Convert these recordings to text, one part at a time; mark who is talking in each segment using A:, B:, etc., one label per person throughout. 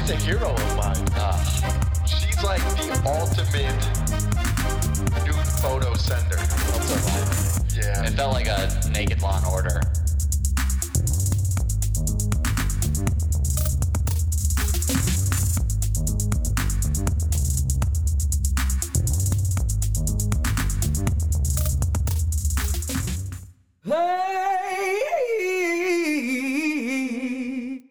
A: Oh my gosh. She's like the ultimate nude photo sender.
B: It
A: Yeah.
B: felt like a naked law and order.
C: Hey!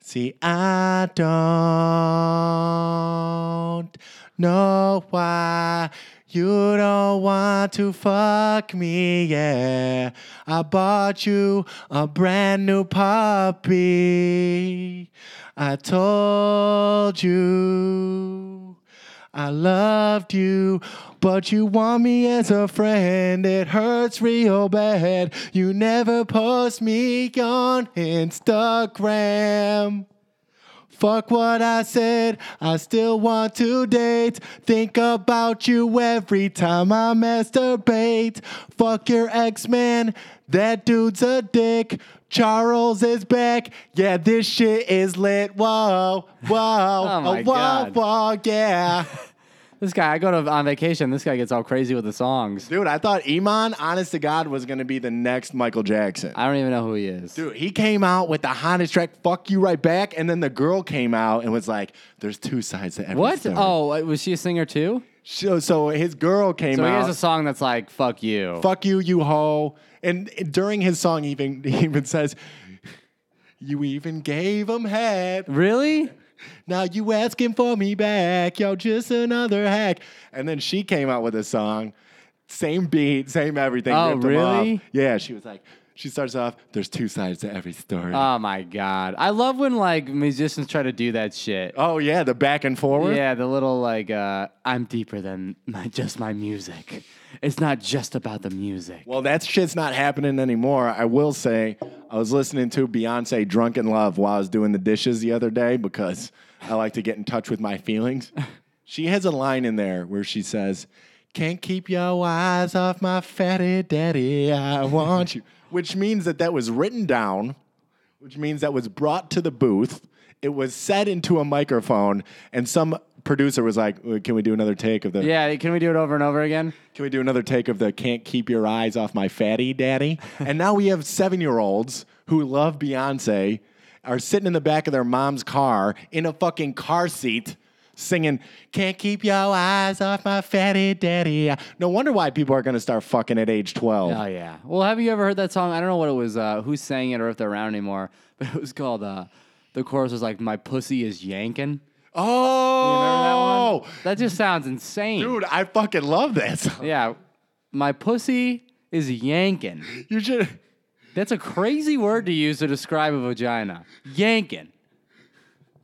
D: See, I don't know why you don't want to fuck me. Yeah, I bought you a brand new puppy. I told you. I loved you, but you want me as a friend. It hurts real bad. You never post me on Instagram. Fuck what I said, I still want to date. Think about you every time I masturbate. Fuck your ex man, that dude's a dick. Charles is back, yeah, this shit is lit. Whoa, whoa,
C: Oh
D: oh,
C: my
D: whoa,
C: God.
D: whoa, yeah.
C: This guy, I go to on vacation. This guy gets all crazy with the songs.
D: Dude, I thought Iman, honest to God, was gonna be the next Michael Jackson.
C: I don't even know who he is.
D: Dude, he came out with the hottest track, "Fuck You Right Back," and then the girl came out and was like, "There's two sides to every
C: what?
D: story."
C: Oh, was she a singer too?
D: so, so his girl came
C: So he
D: out.
C: has a song that's like "fuck you."
D: "Fuck you, you hoe," and during his song, he even he even says, "You even gave him head."
C: Really?
D: Now you asking for me back. Yo, just another hack. And then she came out with a song, same beat, same everything.
C: Oh,
D: ripped 'em off.
C: really?
D: Yeah, she was like, she starts off, there's two sides to every story.
C: Oh my god! I love when like musicians try to do that shit.
D: oh, yeah, the back and forward.
C: Yeah, the little like uh, I'm deeper than my, just my music. It's not just about the music.
D: Well, that shit's not happening anymore. I will say, I was listening to Beyonce Drunk in Love while I was doing the dishes the other day because I like to get in touch with my feelings. She has a line in there where she says, Can't keep your eyes off my fatty daddy. I want you. Which means that that was written down, which means that was brought to the booth. It was said into a microphone, and some producer was like, "Uh, Can we do another take of the
C: Yeah, can we do it over and over again?
D: can we do another take of the Can't Keep Your Eyes Off My Fatty Daddy? and now we have seven year olds who love Beyonce, are sitting in the back of their mom's car in a fucking car seat singing, Can't Keep Your Eyes Off My Fatty Daddy. No wonder why people are gonna start fucking at age 12.
C: Oh yeah. Well, have you ever heard that song? I don't know what it was, uh, who sang it, or if they're around anymore. But it was called. Uh, the chorus was like, "My pussy is yanking."
D: oh,
C: Remember that one? That just sounds insane.
D: dude, I fucking love that song.
C: Yeah, my pussy is yanking.
D: You should.
C: That's a crazy word to use to describe a vagina. Yanking.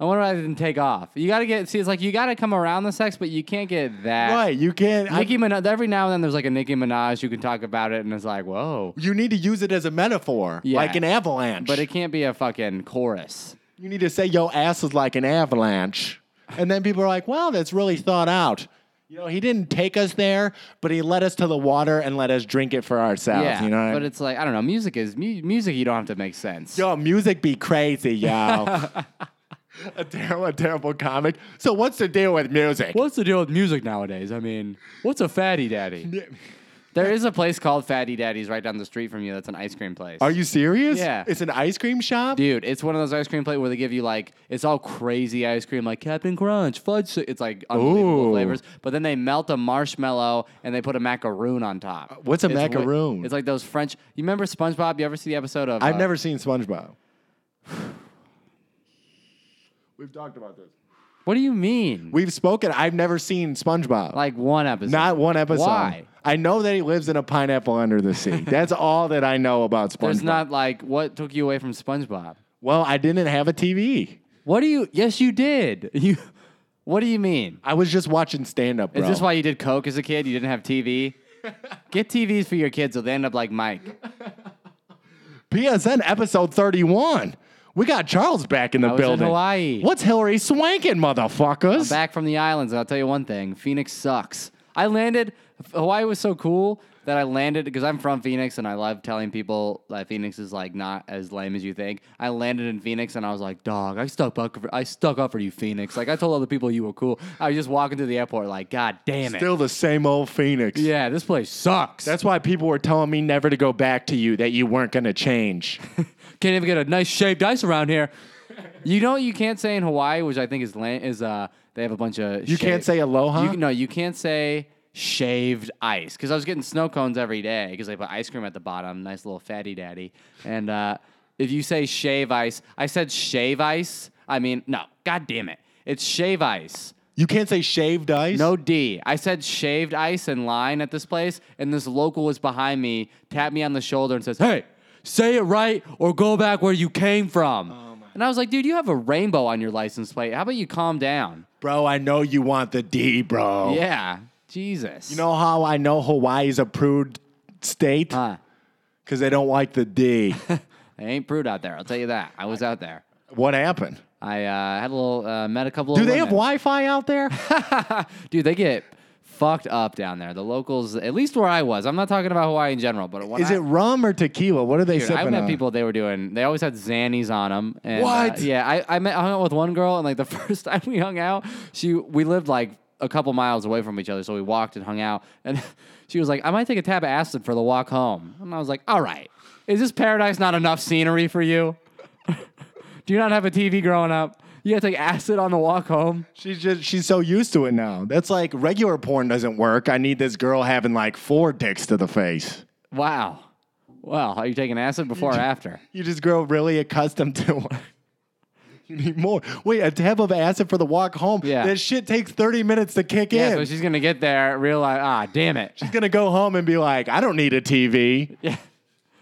C: I wonder why I didn't take off. You gotta get see. It's like you gotta come around the sex, but you can't get that.
D: Right, you can't. I-
C: Nicki Minaj. Every now and then, there's like a Nicki Minaj who can talk about it, and it's like, whoa.
D: you need to use it as a metaphor,
C: Yeah.
D: like an avalanche.
C: But it can't be a fucking chorus.
D: You need to say your ass is like an avalanche. And then people are like, wow, that's really thought out. You know, he didn't take us there, but he led us to the water and let us drink it for ourselves.
C: yeah,
D: you know what I
C: but
D: mean?
C: it's like I don't know. Music is mu- music. You don't have to make sense.
D: Yo, music be crazy, yo. a, terrible, a terrible comic. So what's the deal with music?
C: What's the deal with music nowadays? I mean, what's a fatty daddy? There is a place called Fatty Daddy's right down the street from you. That's an ice cream place.
D: Are you serious?
C: Yeah.
D: It's an ice cream shop?
C: Dude, it's one of those ice cream plates where they give you like it's all crazy ice cream, like Captain Crunch, fudge. si- It's like unbelievable
D: Ooh.
C: flavors. But then they melt a marshmallow and they put a macaroon on top.
D: what's a
C: It's wa-
D: macaroon?
C: it's like those French. You remember SpongeBob? You ever see the episode of?
D: I've
C: uh,
D: never seen SpongeBob. We've talked about this.
C: What do you mean?
D: We've spoken. I've never seen SpongeBob.
C: like one episode.
D: Not one episode.
C: Why?
D: I know that he lives in a pineapple under the sea. That's all that I know about SpongeBob.
C: There's not like what took you away from SpongeBob.
D: well, I didn't have a TV.
C: What do you? Yes, you did. You. What do you mean?
D: I was just watching stand up, bro.
C: Is this why you did coke as a kid? You didn't have TV. Get TVs for your kids, so they end up like Mike.
D: PSN episode 31. We got Charles back in the
C: I was in
D: building.
C: Hawaii.
D: What's Hillary swanking, motherfuckers?
C: back from the islands, and I'll tell you one thing: Phoenix sucks. I landed. Hawaii was so cool that I landed because I'm from Phoenix and I love telling people that Phoenix is like not as lame as you think. I landed in Phoenix and I was like, dog, I stuck up for, I stuck up for you, Phoenix. Like I told other people you were cool. I was just walking to the airport like, God damn it.
D: Still the same old Phoenix.
C: yeah, this place sucks.
D: That's why people were telling me never to go back to you, that you weren't going to change.
C: Can't even get a nice shaved ice around here. You know what you can't say in Hawaii, which I think is land, is uh they have a bunch of
D: You can't say aloha?
C: You, no, you can't say shaved ice because I was getting snow cones every day because they put ice cream at the bottom, nice little fatty daddy. And uh, if you say shave ice, I said shave ice. I mean, no, god damn it, it's shave ice.
D: You can't say shaved ice?
C: No D. I said shaved ice and line at this place, and this local was behind me, tapped me on the shoulder and says, Hey, say it right or go back where you came from.
D: Oh
C: and I was like, dude, you have a rainbow on your license plate. How about you calm down?
D: Bro, I know you want the D, bro.
C: Yeah. Jesus.
D: Oh. You know how I know Hawaii's a prude state?
C: Huh.
D: Because they don't like the D.
C: They ain't prude out there. I'll tell you that. I was out there.
D: what happened?
C: I uh, had a little, uh, met a couple
D: Do
C: of
D: they have
C: women.
D: Wi Fi out there?
C: Dude, they get fucked up down there. The locals, at least where I was. I'm not talking about Hawaii in general, but when
D: Is
C: I,
D: it rum or tequila? What are they
C: Dude,
D: sipping
C: I met
D: on?
C: people they were doing. They always had Xannies on them. And, uh,
D: uh, What?
C: yeah, I, I met I hung out with one girl, and like the first time we hung out, she we lived like a couple miles away from each other, so we walked and hung out. And she was like, "I might take a tab of acid for the walk home," and I was like, "All right, is this paradise not enough scenery for you? Do you not have a TV growing up? You gotta take acid on the walk home."
D: She's just she's so used to it now. That's like regular porn doesn't work. I need this girl having like four dicks to the face.
C: Wow. Well, are you taking acid before or after?
D: You just grow really accustomed to it. You need more. Wait, a tab of acid for the walk home.
C: Yeah.
D: That shit takes 30 minutes to kick
C: Yeah,
D: in.
C: so
D: she's
C: she's gonna get there, realize, ah, damn it,
D: gonna go home and be like, I don't need a TV.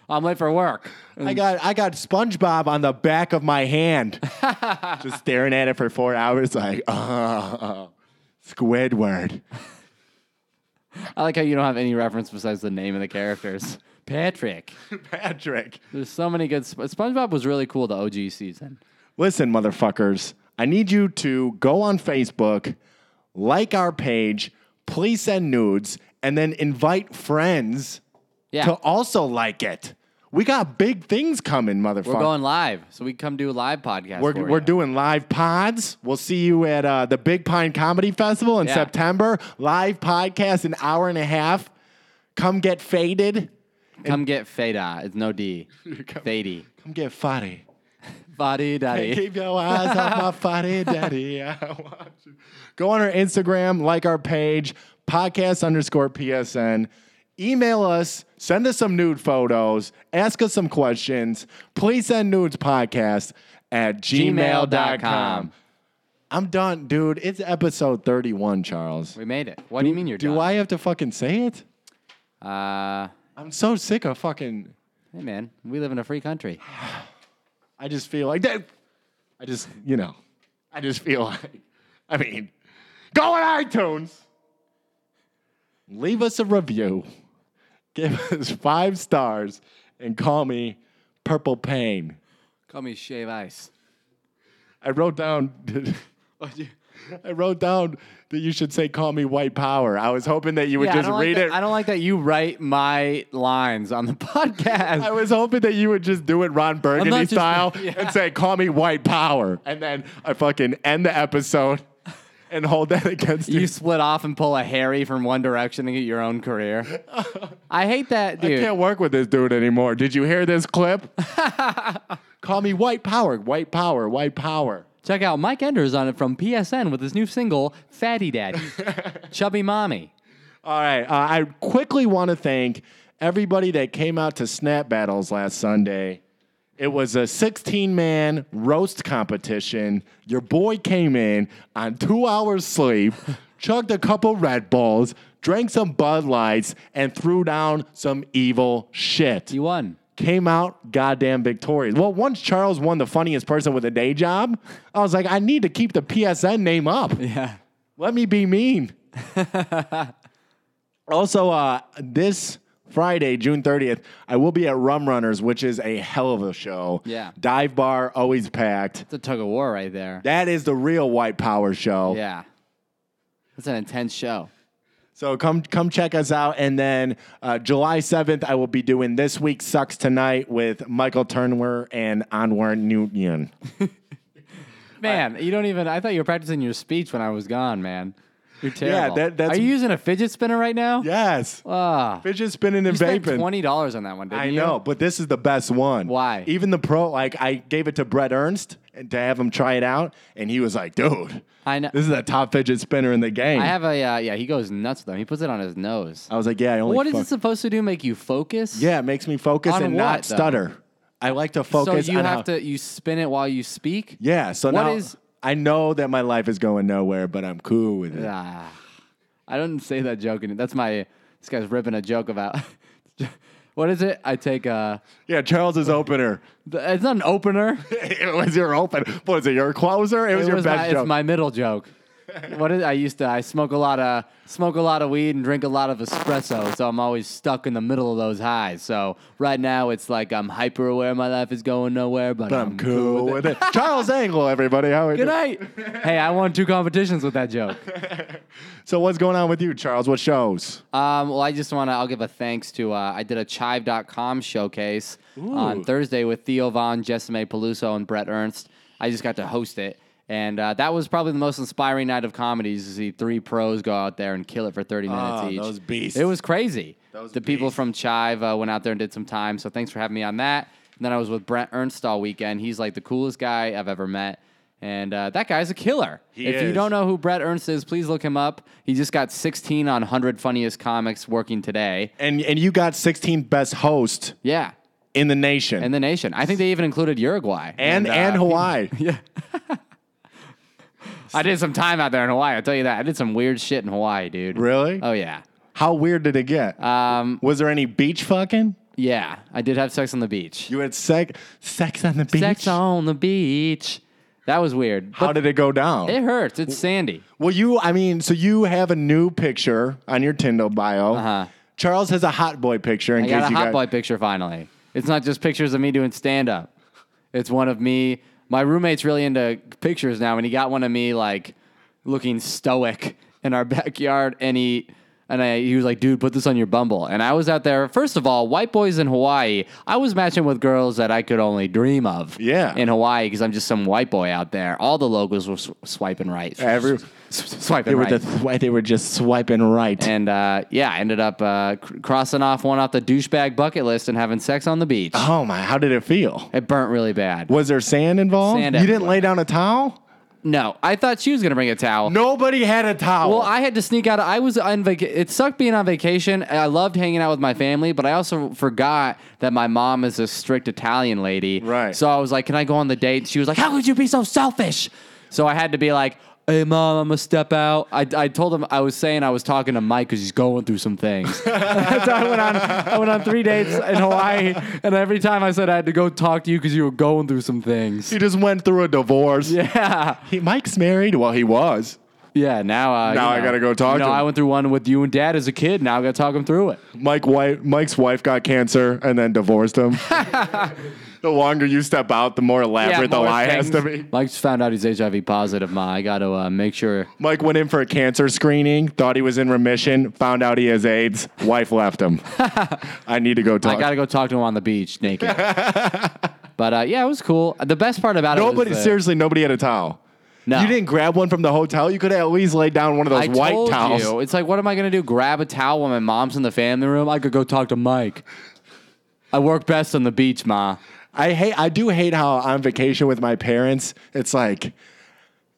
C: I'm late for work.
D: I got I got SpongeBob on the back of my hand. just staring at it for four hours, like, oh, Squidward.
C: I like how you don't have any reference besides the name of the characters. Patrick.
D: Patrick.
C: There's so many good. Sp- SpongeBob was really cool the OG season.
D: Listen, motherfuckers, I need you to go on Facebook, like our page, please send nudes, and then invite friends
C: Yeah.
D: to also like it. We got big things coming, motherfucker.
C: we're going live, so we come do a live podcast.
D: We're,
C: for
D: we're
C: you.
D: doing live pods. We'll see you at uh, the Big Pine Comedy Festival in
C: Yeah.
D: September. Live podcast, an hour and a half. Come get faded.
C: Come get Fada. It's no D. Fady.
D: Come get fatty.
C: Body daddy.
D: Keep your eyes off my fatty daddy. I want you. Go on our Instagram, like our page, podcast underscore PSN. Email us, send us some nude photos, ask us some questions. Please send nudes podcast at gmail.com.
C: Gmail.com.
D: I'm done, dude. It's episode 31, Charles.
C: We made it. What do, you mean you're
D: Do I have to fucking say it?
C: I? Uh,
D: I'm so sick of fucking.
C: hey man, we live in a free country.
D: I just feel like that. I just, you know, I just feel like, I mean, go on iTunes, leave us a review, give us five stars, and call me Purple Pain.
C: Call me Shave Ice.
D: I wrote down, I wrote down that you should say, call me White Power. I was hoping that you would
C: Yeah, I
D: just
C: don't like
D: read
C: that-
D: it.
C: I don't like that you write my lines on the podcast.
D: I was hoping that you would just do it Ron Burgundy
C: just-
D: style
C: Yeah.
D: and say, call me white power. And then I fucking end the episode and hold that against you.
C: You split off and pull a Harry from One Direction to get your own career. I hate that,
D: I
C: dude.
D: can't work with this dude anymore. Did you hear this clip? call me white power, white power, white power.
C: Check out Mike Enders on it from PSN with his new single, Fatty Daddy, Chubby Mommy.
D: All right. Uh, I quickly want to thank everybody that came out to Snap Battles last Sunday. It was a 16 man roast competition. Your boy came in on two hours sleep, chugged a couple Red Bulls, drank some Bud Lights, and threw down some evil shit.
C: You won.
D: came out goddamn victorious. Well, once Charles won the funniest person with a day job, I was like, I need to keep the PSN name up.
C: Yeah.
D: Let me be mean. also, uh, this Friday, June 30th, I will be at Rum Runners, which is a hell of a show.
C: Yeah.
D: Dive bar, always packed.
C: It's a tug of war right there.
D: That is the real white power show.
C: yeah. It's an intense show.
D: So come come check us out, and then uh, July seventh, I will be doing this week sucks tonight with Michael Turner and Anwar Newton.
C: Man, you don't even. I thought you were practicing your speech when I was gone, man. You're terrible.
D: that- that's-
C: Are you using a fidget spinner right now?
D: Yes,
C: Ah,
D: fidget spinning and
C: you spent
D: vaping.
C: twenty dollars on that one, didn't
D: I
C: you?
D: know, but this is the best one.
C: Why?
D: Even the pro, like I gave it to Brett Ernst and to have him try it out, and he was like, "Dude,
C: I know.
D: this is the top fidget spinner in the game."
C: I have a uh, yeah. He goes nuts with them. He puts it on his nose.
D: I was like, "Yeah, I only."
C: what is
D: fuck-
C: it supposed to do? Make you focus?
D: Yeah, it makes me focus
C: On
D: and
C: what,
D: not
C: though?
D: stutter. I like to
C: So
D: focus.
C: you
D: on
C: have
D: how-
C: to you spin it while you speak.
D: Yeah. So
C: What
D: now
C: is-
D: I know that my life is going nowhere, but I'm cool with it.
C: Ah, I don't say that joke. And that's my this guy's ripping a joke about. what is it? I take a.
D: Yeah, Charles's opener.
C: It's not an opener.
D: it was your open. Was it your closer? It was
C: It
D: your
C: was
D: best
C: my,
D: joke.
C: It's my middle joke. what is, I used to I smoke a lot of smoke a lot of weed and drink a lot of espresso, so I'm always stuck in the middle of those highs. So right now it's like I'm hyper aware my life is going nowhere, but,
D: but I'm cool with it. Charles Angle, everybody. How are you?
C: Good night. hey, I won two competitions with that joke.
D: So what's going on with you, Charles? What shows?
C: Um, well, I just want to. I'll give a thanks to. Uh, I did a Chive.com showcase on Thursday with Theo Vaughn, Jessime Peluso, and Brett Ernst. I just got to host it, and uh, that was probably the most inspiring night of comedies to see three pros go out there and kill it for thirty minutes
D: Oh,
C: each.
D: those beasts.
C: It was crazy.
D: Those
C: the people
D: beasts.
C: from Chive uh, went out there and did some time. So thanks for having me on that. And then I was with Brett Ernst all weekend. He's like the coolest guy I've ever met. And uh, that guy's a killer.
D: He
C: if you
D: is.
C: don't know who Brett Ernst is, please look him up. He just got 16 on 100 Funniest Comics working today.
D: And and you got 16th best host
C: Yeah,
D: in the nation,
C: in
D: and
C: the nation. I think they even included Uruguay.
D: and,
C: uh,
D: Hawaii.
C: I did some time out there in Hawaii. I'll tell you that. I did some weird shit in Hawaii, dude.
D: Really?
C: Oh, yeah.
D: How weird did it get?
C: Um,
D: was there any beach fucking?
C: yeah, I did have sex on the beach.
D: You had sex, sex on the beach.
C: Sex on the beach. That was weird.
D: How
C: But
D: did it go down?
C: It hurts. It's sandy.
D: Well, you, I mean, so you have a new picture on your Tinder bio.
C: Uh-huh.
D: Charles has a hot boy picture in
C: I
D: case
C: got a
D: you
C: hot
D: got.
C: boy picture finally. It's not just pictures of me doing stand up. It's one of me. My roommate's really into pictures now, and he got one of me like looking stoic in our backyard, and he. And I, he was like, dude, put this on your Bumble. And I was out there. First of all, white boys in Hawaii, I was matching with girls that I could only dream of.
D: Yeah.
C: In Hawaii, because I'm just some white boy out there. All the locals were sw- swiping right.
D: Every,
C: swiping
D: they, were
C: right.
D: the th- they were just swiping right.
C: And uh, yeah, I ended up uh, cr- crossing off one off the douchebag bucket list and having sex on the beach.
D: oh my, how did it feel?
C: It burnt really bad.
D: Was there sand involved?
C: Sand
D: you didn't
C: everywhere.
D: lay down a towel?
C: No, I thought she was gonna bring a towel.
D: Nobody had a towel.
C: Well, I had to sneak out. I was on vacation. It sucked being on vacation. and I loved hanging out with my family, but I also forgot that my mom is a strict Italian lady.
D: Right.
C: So I was like, "Can I go on the date?" And she was like, "How could you be so selfish?" So I had to be like, "Hey, mom, I'm gonna step out." I, I told him I was saying I was talking to Mike because he's going through some things. so I went on I went on three dates in Hawaii, and every time I said I had to go talk to you because you were going through some things.
D: he just went through a divorce.
C: Yeah.
D: He, Mike's married. Well, he was.
C: Yeah, now uh,
D: Now I gotta go talk
C: You know,
D: to him.
C: I went through one with you and Dad as a kid. Now I gotta talk him through it.
D: Mike wife, Mike's wife got cancer and then divorced him. the longer you step out, the more elaborate the lie has to be.
C: Mike's found out he's HIV positive. Ma, I gotta uh, make sure.
D: Mike went in for a cancer screening, thought he was in remission, found out he has AIDS. Wife left him. I need to go
C: I
D: talk.
C: gotta go talk to him on the beach naked. but uh, yeah, it was cool. The best part about
D: nobody,
C: it was the-
D: seriously, nobody had a towel.
C: No.
D: You didn't grab one from the hotel. You could have at least laid down one of
C: I
D: those white
C: told
D: towels.
C: you, it's like, what am I gonna do? Grab a towel when my mom's in the family room? I could go talk to Mike. I work best on the beach, Ma.
D: I hate. I do hate how on vacation with my parents, it's like.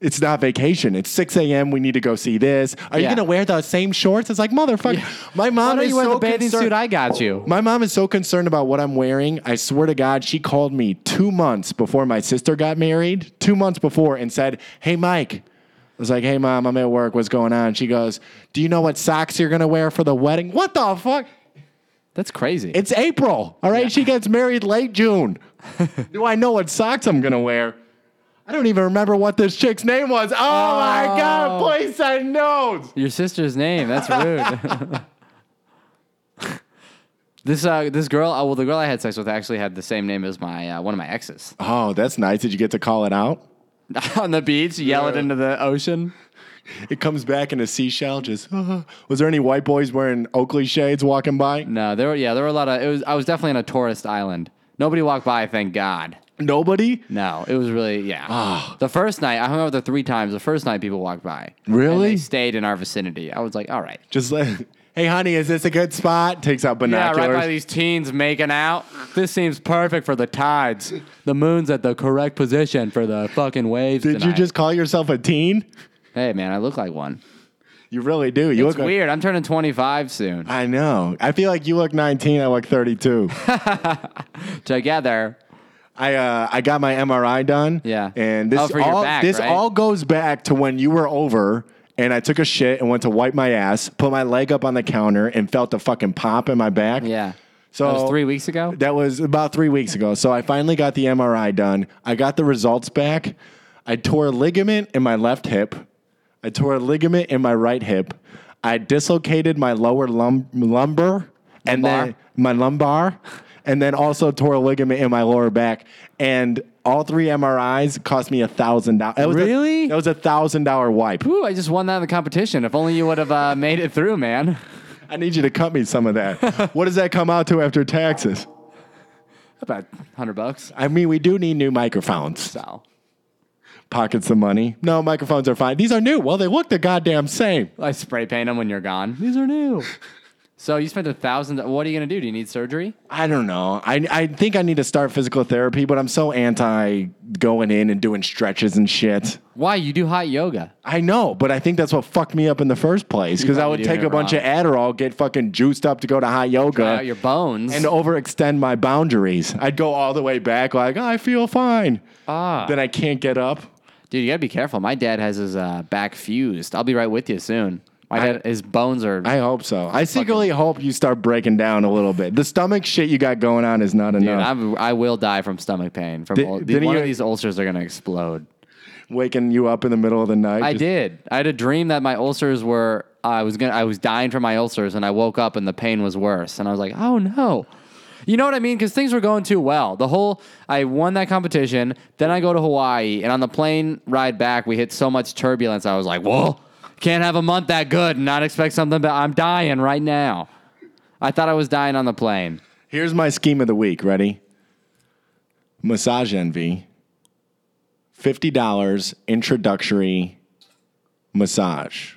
D: It's not vacation. It's 6 a.m. We need to go see this. Are
C: Yeah.
D: you going to wear those same shorts? It's like, motherfucker. My
C: Why
D: mom
C: don't
D: is
C: you wear
D: so
C: the bathing
D: concerned-
C: suit I got you?
D: My mom is so concerned about what I'm wearing. I swear to God, she called me two months before my sister got married, two months before, and said, Hey, Mike. I was like, Hey, mom, I'm at work. What's going on? She goes, Do you know what socks you're going to wear for the wedding? What the fuck?
C: That's crazy.
D: It's April. All right. She gets married late June. Do I know what socks I'm going to wear? I don't even remember what this chick's name was. Oh, my God. Please send notes.
C: Your sister's name. That's rude. this uh, this girl. Oh, well, the girl I had sex with actually had the same name as my uh, one of my exes.
D: Oh, that's nice. Did you get to call it out?
C: on the beach, yell it
D: Yeah.
C: into the ocean.
D: It comes back in a seashell. Just was there any white boys wearing Oakley shades walking by?
C: No, there were yeah, there were a lot of it was I was definitely on a tourist island. Nobody walked by, thank God.
D: Nobody.
C: No, it was really yeah. The first night I hung out with her three times. The first night people walked by. And
D: Really?
C: they stayed in our vicinity. I was like, all right.
D: Just like, hey, honey, is this a good spot? Takes out
C: Yeah,
D: binoculars.
C: right by these teens making out. This seems perfect for the tides. The moon's at the correct position for the fucking waves.
D: Did you
C: tonight.
D: just call yourself a teen?
C: Hey man, I look like one.
D: You really do. You
C: It's
D: look
C: weird. I'm turning 25 soon.
D: I know. I feel like you look 19. I look 32.
C: Together,
D: I uh, I got my MRI done.
C: Yeah.
D: And this
C: Oh, for your
D: all
C: back,
D: this
C: right?
D: all goes back to when you were over and I took a shit and went to wipe my ass, put my leg up on the counter and felt a fucking pop in my back.
C: yeah.
D: So
C: that was three weeks ago.
D: That was about three weeks ago. So I finally got the MRI done. I got the results back. I tore a ligament in my left hip. I tore a ligament in my right hip. I dislocated my lower lum- lumbar and
C: Lumbar?
D: then my lumbar, and then also tore a ligament in my lower back. And all three MRIs cost me a thousand dollars.
C: Really?
D: that was a thousand dollar wipe.
C: Woo, I just won that in the competition. If only you would have uh, made it through, man.
D: I need you to cut me some of that. what does that come out to after taxes?
C: About 100 bucks.
D: I mean, we do need new microphones.
C: So
D: pockets of money. No, microphones are fine. These are new. Well, they look the goddamn same.
C: I spray paint them when you're gone. These are new. so you spent a thousand. What are you going to do? Do you need surgery?
D: I don't know. I, I think I need to start physical therapy, but I'm so anti going in and doing stretches and shit.
C: Why? You do hot yoga.
D: I know, but I think that's what fucked me up in the first place because I
C: probably
D: would
C: do
D: take
C: it
D: a bunch of Adderall, get fucking juiced up to go to hot
C: Dry
D: yoga,
C: out your bones.
D: and overextend my boundaries. I'd go all the way back, like, I feel fine.
C: Ah.
D: Then I can't get up.
C: Dude, you got to be careful. My dad has his uh, back fused. I'll be right with you soon. My dad, his bones are.
D: I hope so. I secretly hope you start breaking down a little bit. The stomach shit you got going on is not enough.
C: dude, I'm, I will die from stomach pain. From
D: Did-
C: ul- the,
D: didn't
C: one
D: you-
C: of these ulcers are going to explode.
D: waking you up in the middle of the night.
C: I
D: just-
C: did. I had a dream that my ulcers were. I was gonna. I was dying from my ulcers, and I woke up, and the pain was worse. And I was like, "Oh no!" You know what I mean? Because things were going too well. The whole I won that competition. Then I go to Hawaii, and on the plane ride back, we hit so much turbulence. I was like, "Whoa, can't have a month that good and not expect something." But I'm dying right now. I thought I was dying on the plane.
D: Here's my scheme of the week. Ready? Massage envy. Fifty dollars introductory massage.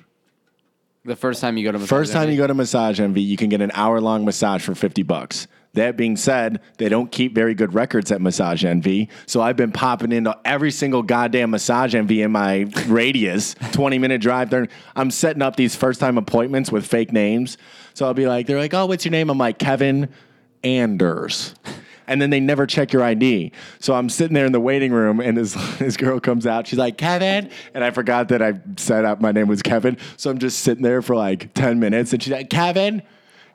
C: The first time you go to massage
D: First time
C: therapy.
D: you go to Massage Envy, you can get an hour long massage for 50 bucks. That being said, they don't keep very good records at Massage Envy. So I've been popping into every single goddamn Massage Envy in my radius, 20 minute drive. There, I'm setting up these first time appointments with fake names. So I'll be like, they're like, oh, what's your name? I'm like, Kevin Anders. And then they never check your ID. So I'm sitting there in the waiting room, and this, this girl comes out. She's like, Kevin. And I forgot that I set up my name was Kevin. So I'm just sitting there for like 10 minutes, and she's like, Kevin,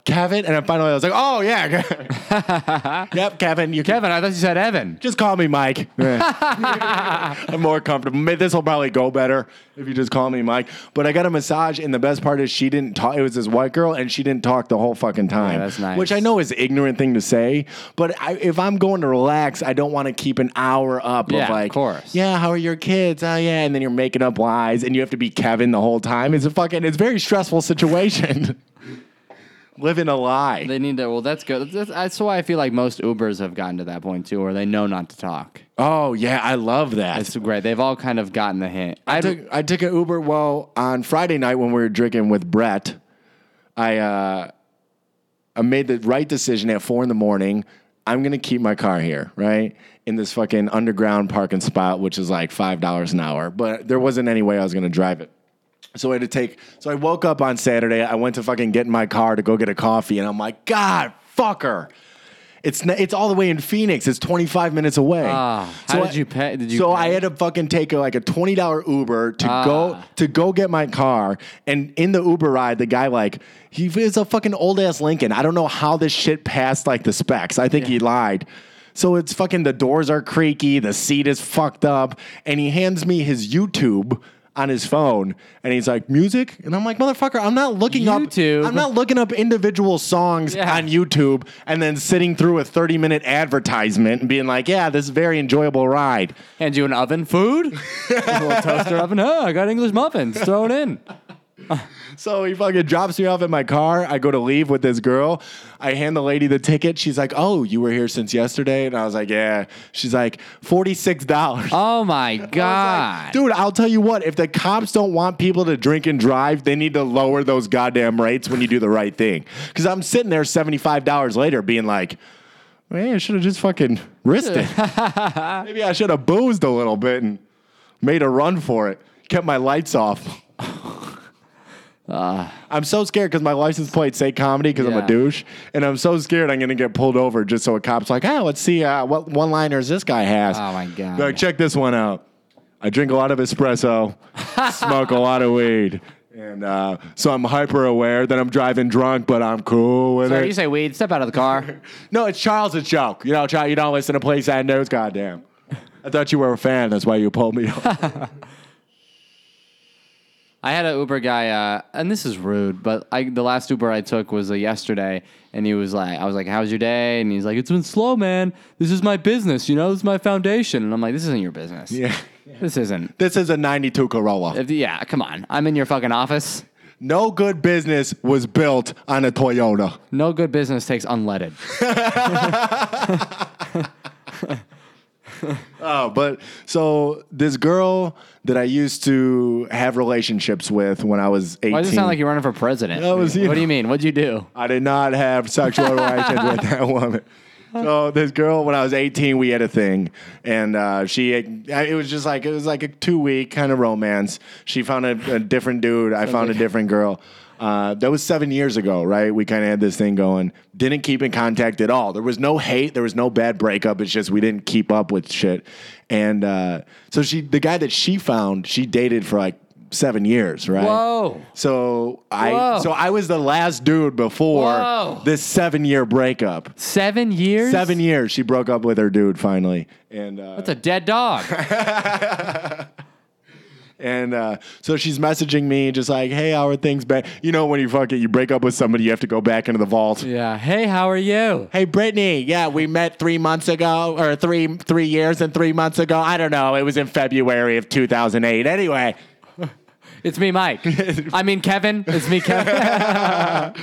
D: Kevin. And I finally I was like, oh, yeah. yep, Kevin. You
C: Kevin, I thought you said Evan.
D: Just call me Mike. I'm more comfortable. This will probably go better if you just call me Mike. But I got a massage, and the best part is she didn't talk. It was this white girl, and she didn't talk the whole fucking time.
C: that's nice.
D: Which I know is an ignorant thing to say, but I, if I'm going to relax, I don't want to keep an hour up
C: Yeah, of
D: of like,
C: course.
D: yeah, how are your kids? Oh yeah, and then you're making up lies, and you have to be Kevin the whole time. It's a fucking, it's a very stressful situation. Living a lie.
C: They need to. Well, that's good. That's, that's why I feel like most Ubers have gotten to that point too, where they know not to talk.
D: oh yeah, I love that.
C: It's great. They've all kind of gotten the hint.
D: I took I took an Uber. Well, on Friday night when we were drinking with Brett, I uh, I made the right decision at four in the morning. I'm gonna keep my car here, right, in this fucking underground parking spot, which is like five dollars an hour. But there wasn't any way I was gonna drive it. So I had to take. So I woke up on Saturday. I went to fucking get in my car to go get a coffee, and I'm like, God, fucker. It's, n- it's all the way in Phoenix. It's 25 minutes away.
C: Ah, how did
D: I-
C: you pay- did you
D: so
C: pay?
D: I had to fucking take a, like a twenty dollar Uber to
C: Ah.
D: go to go get my car, and in the Uber ride, the guy like he is a fucking old ass Lincoln. I don't know how this shit passed like the specs. I think he lied. So it's fucking the doors are creaky, the seat is fucked up, and he hands me his YouTube on his phone, and he's like, "Music," and I'm like, "Motherfucker, I'm not looking
C: YouTube.
D: up. I'm not looking up individual songs
C: Yeah.
D: on YouTube, and then sitting through a 30 minute advertisement and being like, "Yeah, this is a very enjoyable ride."
C: Hand you an oven, food, a little toaster oven. Oh, I got English muffins. Throw it in.
D: So he fucking drops me off at my car. I go to leave with this girl. I hand the lady the ticket. She's like, "Oh, you were here since yesterday," and I was like, "Yeah." She's like, 46 dollars."
C: Oh my
D: I was
C: god,
D: like, Dude, I'll tell you what, if the cops don't want people to drink and drive, they need to lower those goddamn rates when you do the right thing. Because I'm sitting there $75 later being like, man, I should have just fucking risked it. Maybe I should have boozed a little bit and made a run for it, kept my lights off. I'm so scared because my license plate say comedy because I'm
C: Ah. Yeah.
D: a douche, and I'm so scared I'm gonna get pulled over just so a cop's like, "Ah, let's see uh, what one liners this guy has."
C: Oh, my God.
D: Like, check this one out. I drink a lot of espresso, smoke a lot of weed, and uh, so I'm hyper aware that I'm driving drunk, but I'm cool with
C: Sir,
D: it.
C: you say weed. Step out of the car.
D: no, it's Charles' joke. You know, Charles, you don't listen to Police and News. Goddamn. I thought you were a fan. That's why you pulled me. Up.
C: I had an Uber guy, uh, and this is rude, but I, the last Uber I took was uh, yesterday, and he was like, I was like, "How's your day?" And he's like, "It's been slow, man. This is my business, you know. This is my foundation." And I'm like, "This isn't your business.
D: yeah.
C: This isn't.
D: This is a '92 Corolla.
C: If, yeah, come on. I'm in your fucking office.
D: No good business was built on a Toyota.
C: No good business takes unleaded.
D: Oh, but so this girl that I used to have relationships with when I was 18.
C: Why does it sound like you're running for president?
D: That was, you
C: what do you
D: know.
C: mean? What'd you do?
D: I did not have sexual relations with that woman. So this girl, when I was 18, we had a thing, and uh, she it was just like it was like a two week kind of romance. She found a, a different dude. I found a different girl. Uh, that was seven years ago, right? We kind of had this thing going. Didn't keep in contact at all. There was no hate. There was no bad breakup. It's just we didn't keep up with shit. And uh, so she, the guy that she found, she dated for like seven years, right?
C: Whoa.
D: So I
C: Whoa.
D: so I was the last dude before
C: Whoa.
D: this seven year breakup.
C: Seven years.
D: Seven years, she broke up with her dude finally, and uh,
C: That's a dead dog.
D: and uh, so she's messaging me just like, "Hey, how are things back?" You know, when you fucking you break up with somebody, you have to go back into the vault.
C: yeah. Hey, how are you?
D: Hey, Brittany, yeah, we met three months ago, or three three years and three months ago. I don't know. It was in February of 2008. Anyway,
C: It's me, Mike. I mean, Kevin. It's me, Kevin.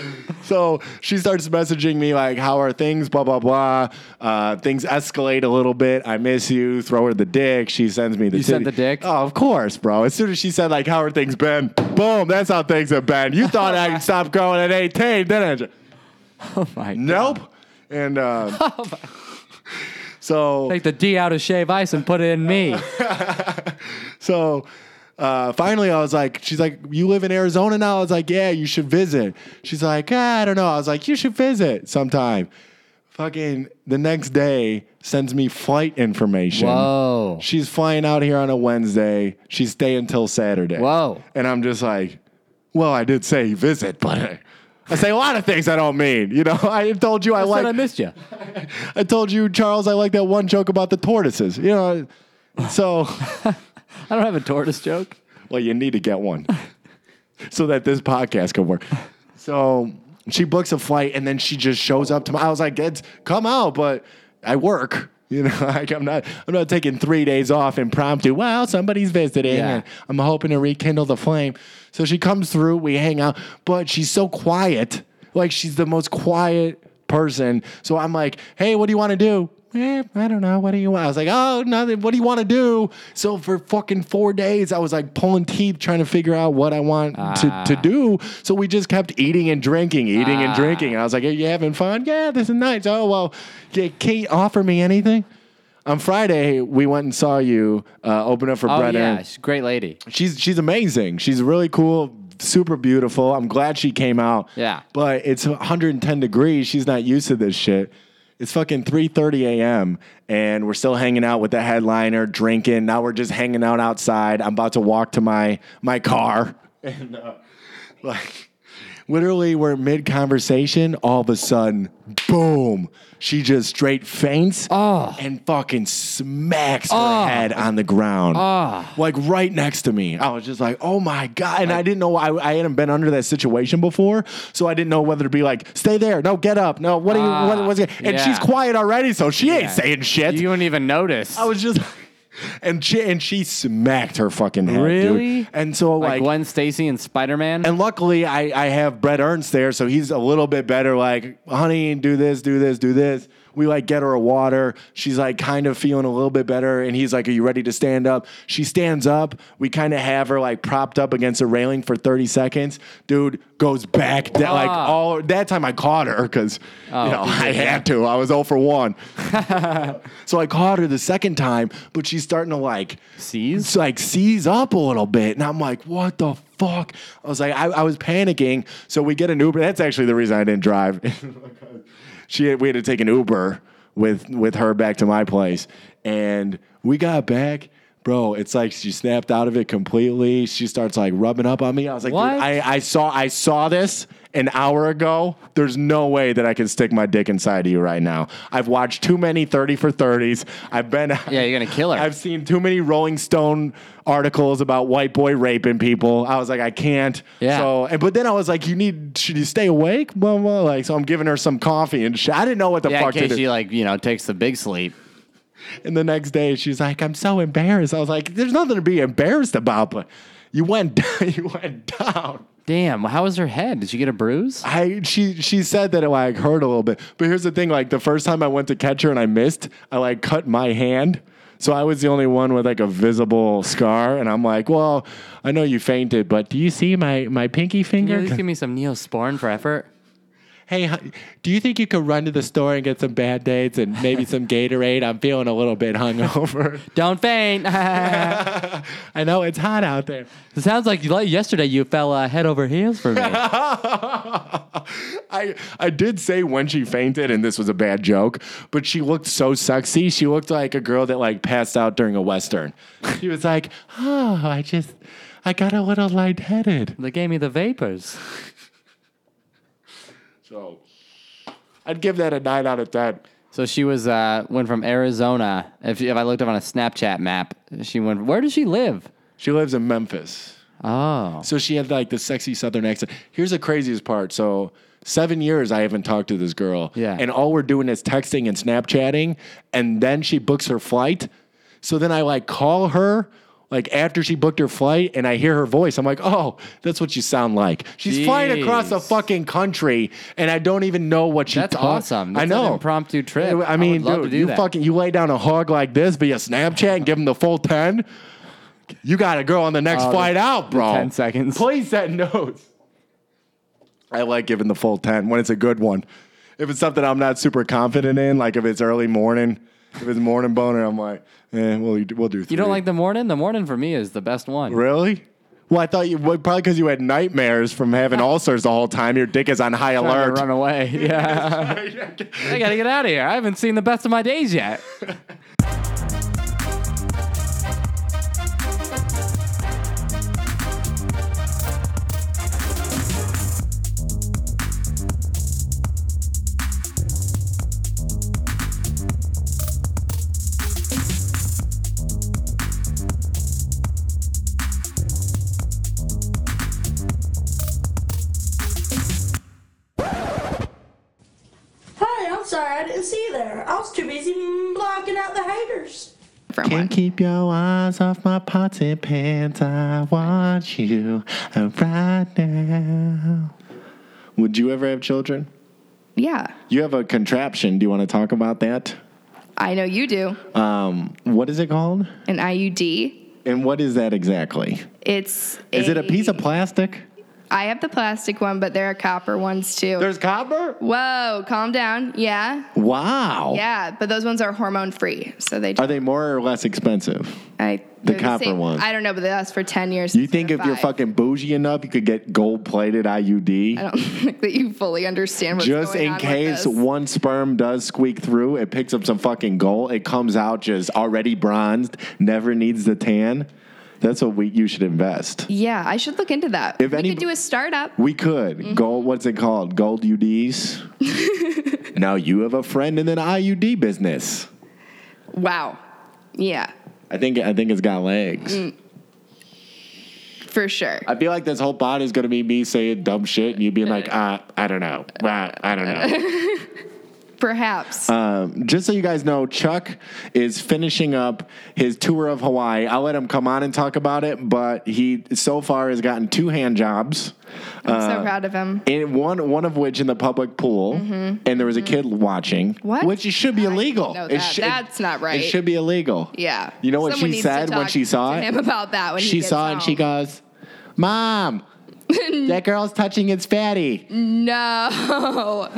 D: So she starts messaging me like, "How are things?" Blah blah blah. Uh, things escalate a little bit. I miss you. Throw her the dick. She sends me the.
C: You sent
D: titty.
C: the dick?
D: Oh, of course, bro. As soon as she said like, "How are things been?" Boom. That's how things have been. You thought I stopped growing at eighteen, didn't you?
C: Mike.
D: Nope. And uh,
C: Oh
D: so
C: Take the D out of shave ice and put it in me.
D: So uh, finally, I was like, she's like, you live in Arizona now? I was like, yeah, you should visit. She's like, ah, I don't know. I was like, you should visit sometime. Fucking the next day sends me flight information.
C: Whoa.
D: She's flying out here on a Wednesday. She's staying till Saturday.
C: Whoa.
D: And I'm just like, well, I did say visit, but I say a lot of things I don't mean. You know, I told you
C: I
D: I, like
C: said I missed you.
D: I told you, Charles, I like that one joke about the tortoises. You know, so
C: I don't have a tortoise joke.
D: Well, you need to get one so that this podcast can work. So she books a flight and then she just shows up to my. I was like, it's, come out, but I work. You know, like I'm not, I'm not taking three days off impromptu. Well, somebody's visiting,
C: Yeah.
D: and I'm hoping to rekindle the flame. So she comes through, we hang out, but she's so quiet. Like she's the most quiet person. So I'm like, hey, what do you want to do? Eh, I don't know. What do you want? I was like, oh, nothing. What do you want to do? So for fucking four days, I was like pulling teeth trying to figure out what I want
C: Ah.
D: to, to do. So we just kept eating and drinking, eating and drinking. And I was like, are you having fun? Yeah, this is nice. Oh, well, you can't offer me anything. On Friday, we went and saw you uh, open up for
C: Oh
D: Brennan
C: yeah, she's a great lady.
D: she's she's amazing. She's really cool, super beautiful. I'm glad she came out.
C: Yeah.
D: But it's 110 degrees. She's not used to this shit. It's fucking 3:30 a.m. and we're still hanging out with the headliner, drinking. Now we're just hanging out outside. I'm about to walk to my my car, and uh, like Literally, we're mid conversation. All of a sudden, boom! She just straight faints
C: Ah.
D: and fucking smacks her head on the ground,
C: Ah.
D: like right next to me. I was just like, "Oh my god!" And I didn't know I, I hadn't been under that situation before, so I didn't know whether to be like, "Stay there, no, get up, no, what are you?" What, what's it? And
C: Ah, yeah.
D: she's quiet already, so she ain't
C: Yeah.
D: saying shit.
C: You wouldn't even notice.
D: I was just. And she and she smacked her fucking head, dude.
C: Really?
D: And so
C: like,
D: like,
C: Gwen Stacy and Spider Man.
D: and luckily, I, I have Brett Ernst there, so he's a little bit better. Like, honey, do this, do this, do this. We like get her a water. She's like kind of feeling a little bit better, and he's like, "Are you ready to stand up?" She stands up. We kind of have her like propped up against a railing for thirty seconds. Dude goes back down, like
C: Ah.
D: all that time. I caught her because you know I had to. I was zero for one, so I caught her the second time. But she's starting to like
C: Seize?
D: it's like seize up a little bit. And I'm like, what the fuck? I was like, I, I was panicking. So we get an Uber. That's actually the reason I didn't drive. she had, we had to take an Uber with with her back to my place. And we got back. Bro, it's like she snapped out of it completely. She starts like rubbing up on me. I was like, dude,
C: What?
D: I, I saw I saw this an hour ago. There's no way that I can stick my dick inside of you right now. I've watched too many 30 for 30s. I've been
C: yeah, you're gonna kill her.
D: I've seen too many Rolling Stone articles about white boy raping people. I was like, I can't.
C: Yeah.
D: So, and, but then I was like, you need should you stay awake? Blah, blah, like, so I'm giving her some coffee and shit. I didn't know what the
C: yeah, in
D: fuck to
C: case
D: do.
C: she like you know takes the big sleep.
D: and the next day, she's like, I'm so embarrassed. I was like, there's nothing to be embarrassed about, but you went down. You went down.
C: Damn, how was her head? Did she get a bruise?
D: I she she said that it like hurt a little bit. But here's the thing: like the first time I went to catch her and I missed, I like cut my hand. So I was the only one with like a visible scar, and I'm like, "Well, I know you fainted, but do you see my my pinky
C: Can you
D: finger?
C: at least give me some Neosporin for effort?
D: Hey, hon- do you think you could run to the store and get some bad dates and maybe some Gatorade? I'm feeling a little bit hungover.
C: Don't faint. it
D: I know it's hot out there.
C: sounds like you- like yesterday you fell uh, head over heels for me.
D: I I did say when she fainted, and this was a bad joke, but she looked so sexy. She looked like a girl that like passed out during a western. She was like, "Oh, I just I got a little lightheaded."
C: they gave me the vapors.
D: So I'd give that a nine out of ten.
C: So she was uh, went from Arizona. If, if I looked up on a Snapchat map, she went. Where does she live?
D: She lives in Memphis,
C: Oh,
D: so she had like the sexy Southern accent. Here's the craziest part. So. Seven years I haven't talked to this girl.
C: Yeah.
D: And all we're doing is texting and Snapchatting. And then she books her flight. So then I like call her like after she booked her flight and I hear her voice. I'm like, oh, that's what you sound like. She's flying across the
C: Jeez.
D: fucking country and I don't even know what she
C: That's
D: ta-
C: awesome.
D: I
C: That's an
D: know.
C: impromptu trip. I
D: I
C: would
D: mean,
C: love
D: dude,
C: to do
D: you
C: that.
D: fucking you lay down a hog like this via Snapchat and give him the full 10. You got a girl on the next
C: Oh, the-
D: flight out,
C: the
D: bro.
C: 10 seconds.
D: Please that notes. I like giving the full 10 when it's a good one. If it's something I'm not super confident in, like if it's early morning, if it's morning boner, I'm like, eh, we'll, we'll do three.
C: you don't like the morning? The morning for me is the best one.
D: Really? Well, I thought you well, probably because you had nightmares from having ulcers the whole time. Your dick is on high
C: Trying to
D: alert.
C: Run away. Yeah. I gotta get out of here. I haven't seen the best of my days yet.
E: Hey, I'm sorry I didn't see you there. I was too busy blocking out the haters.
F: from one.
D: keep your eyes off my potty pants. I want you right now. Would you ever have children?
F: Yeah,
D: You have a contraption. Do you want to talk about that?
F: I know you do.
D: Um, what is it called?
F: An IUD.
D: And what is that exactly?
F: It's.
D: Is it a piece of plastic?
F: I have the plastic one, but there are copper ones too.
D: There's copper?
F: Whoa, calm down. Yeah,
D: Wow.
F: yeah, but those ones are hormone free, so they.
D: Are they more or less expensive?
F: I,
D: Uh, the
F: they're
D: copper
F: same-
D: ones?
F: I don't know, but they last for ten years.
D: You
F: since
D: think
F: they're
D: if you're
F: five.
D: fucking bougie enough, you could get gold plated IUD?
F: I don't think that you fully understand what's
D: just
F: going
D: in
F: on with
D: case
F: this.
D: one sperm does squeak through, it picks up some fucking gold. It comes out just already bronzed, never needs the tan. That's what we you should invest.
F: Yeah, I should look into that.
D: If
F: we
D: any-
F: could do a startup.
D: We could
F: Mm-hmm.
D: gold. What's it called? Gold UDs. now you have a friend in an IUD business.
F: Wow. Yeah,
D: I think I think it's got legs.
F: Mm. for sure.
D: I feel like this whole pod is going to be me saying dumb shit and you being like, uh, I don't know, uh, I don't know.
F: Perhaps.
D: just so you guys know, Chuck is finishing up his tour of Hawaii. I'll let him come on and talk about it, but he so far has gotten two hand jobs.
F: I'm
D: uh,
F: so proud of him.
D: And one one of which in the public pool, and there was a kid watching,
F: Mm-hmm. What?
D: which it should be illegal.
F: know
D: It
F: that.
D: should-
F: That's not right.
D: It should be illegal.
F: Yeah.
D: You know what
F: Someone
D: she
F: needs to
D: said when
F: talk
D: she saw
F: to
D: it?
F: him about that when he
D: she
F: gets
D: saw it and she
F: home.
D: goes, "Mom, that girl's touching its fatty."
F: No.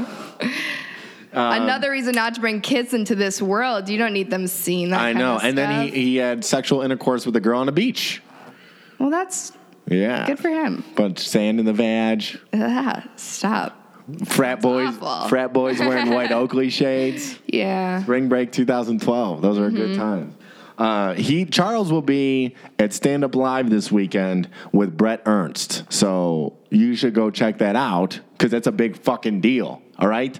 D: Um,
F: Another reason not to bring kids into this world. You don't need them seeing that.
D: I
F: kind
D: know.
F: of
D: And then he,
F: stuff.
D: he had sexual intercourse with a girl on a beach.
F: Well, that's
D: Yeah.
F: good for him.
D: But sand in the vag,
F: Ah, stop.
D: frat boys,
F: awful.
D: frat boys wearing white Oakley shades.
F: Yeah.
D: Spring Break 2012. Those are
F: Mm-hmm.
D: good times. Uh, he Charles will be at Stand Up Live this weekend with Brett Ernst, so you should go check that out because that's a big fucking deal. All right?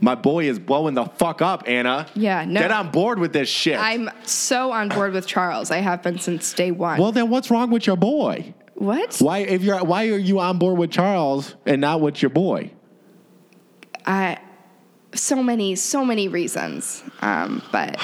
D: my boy is blowing the fuck up, Anna.
F: Mm-hmm. Yeah, no.
D: get on board with this shit.
F: I'm so on board with Charles. I have been since day one.
D: well, then what's wrong with your boy?
F: what?
D: Why if you're why are you on board with Charles and not with your boy?
F: I so many, so many reasons. Um, but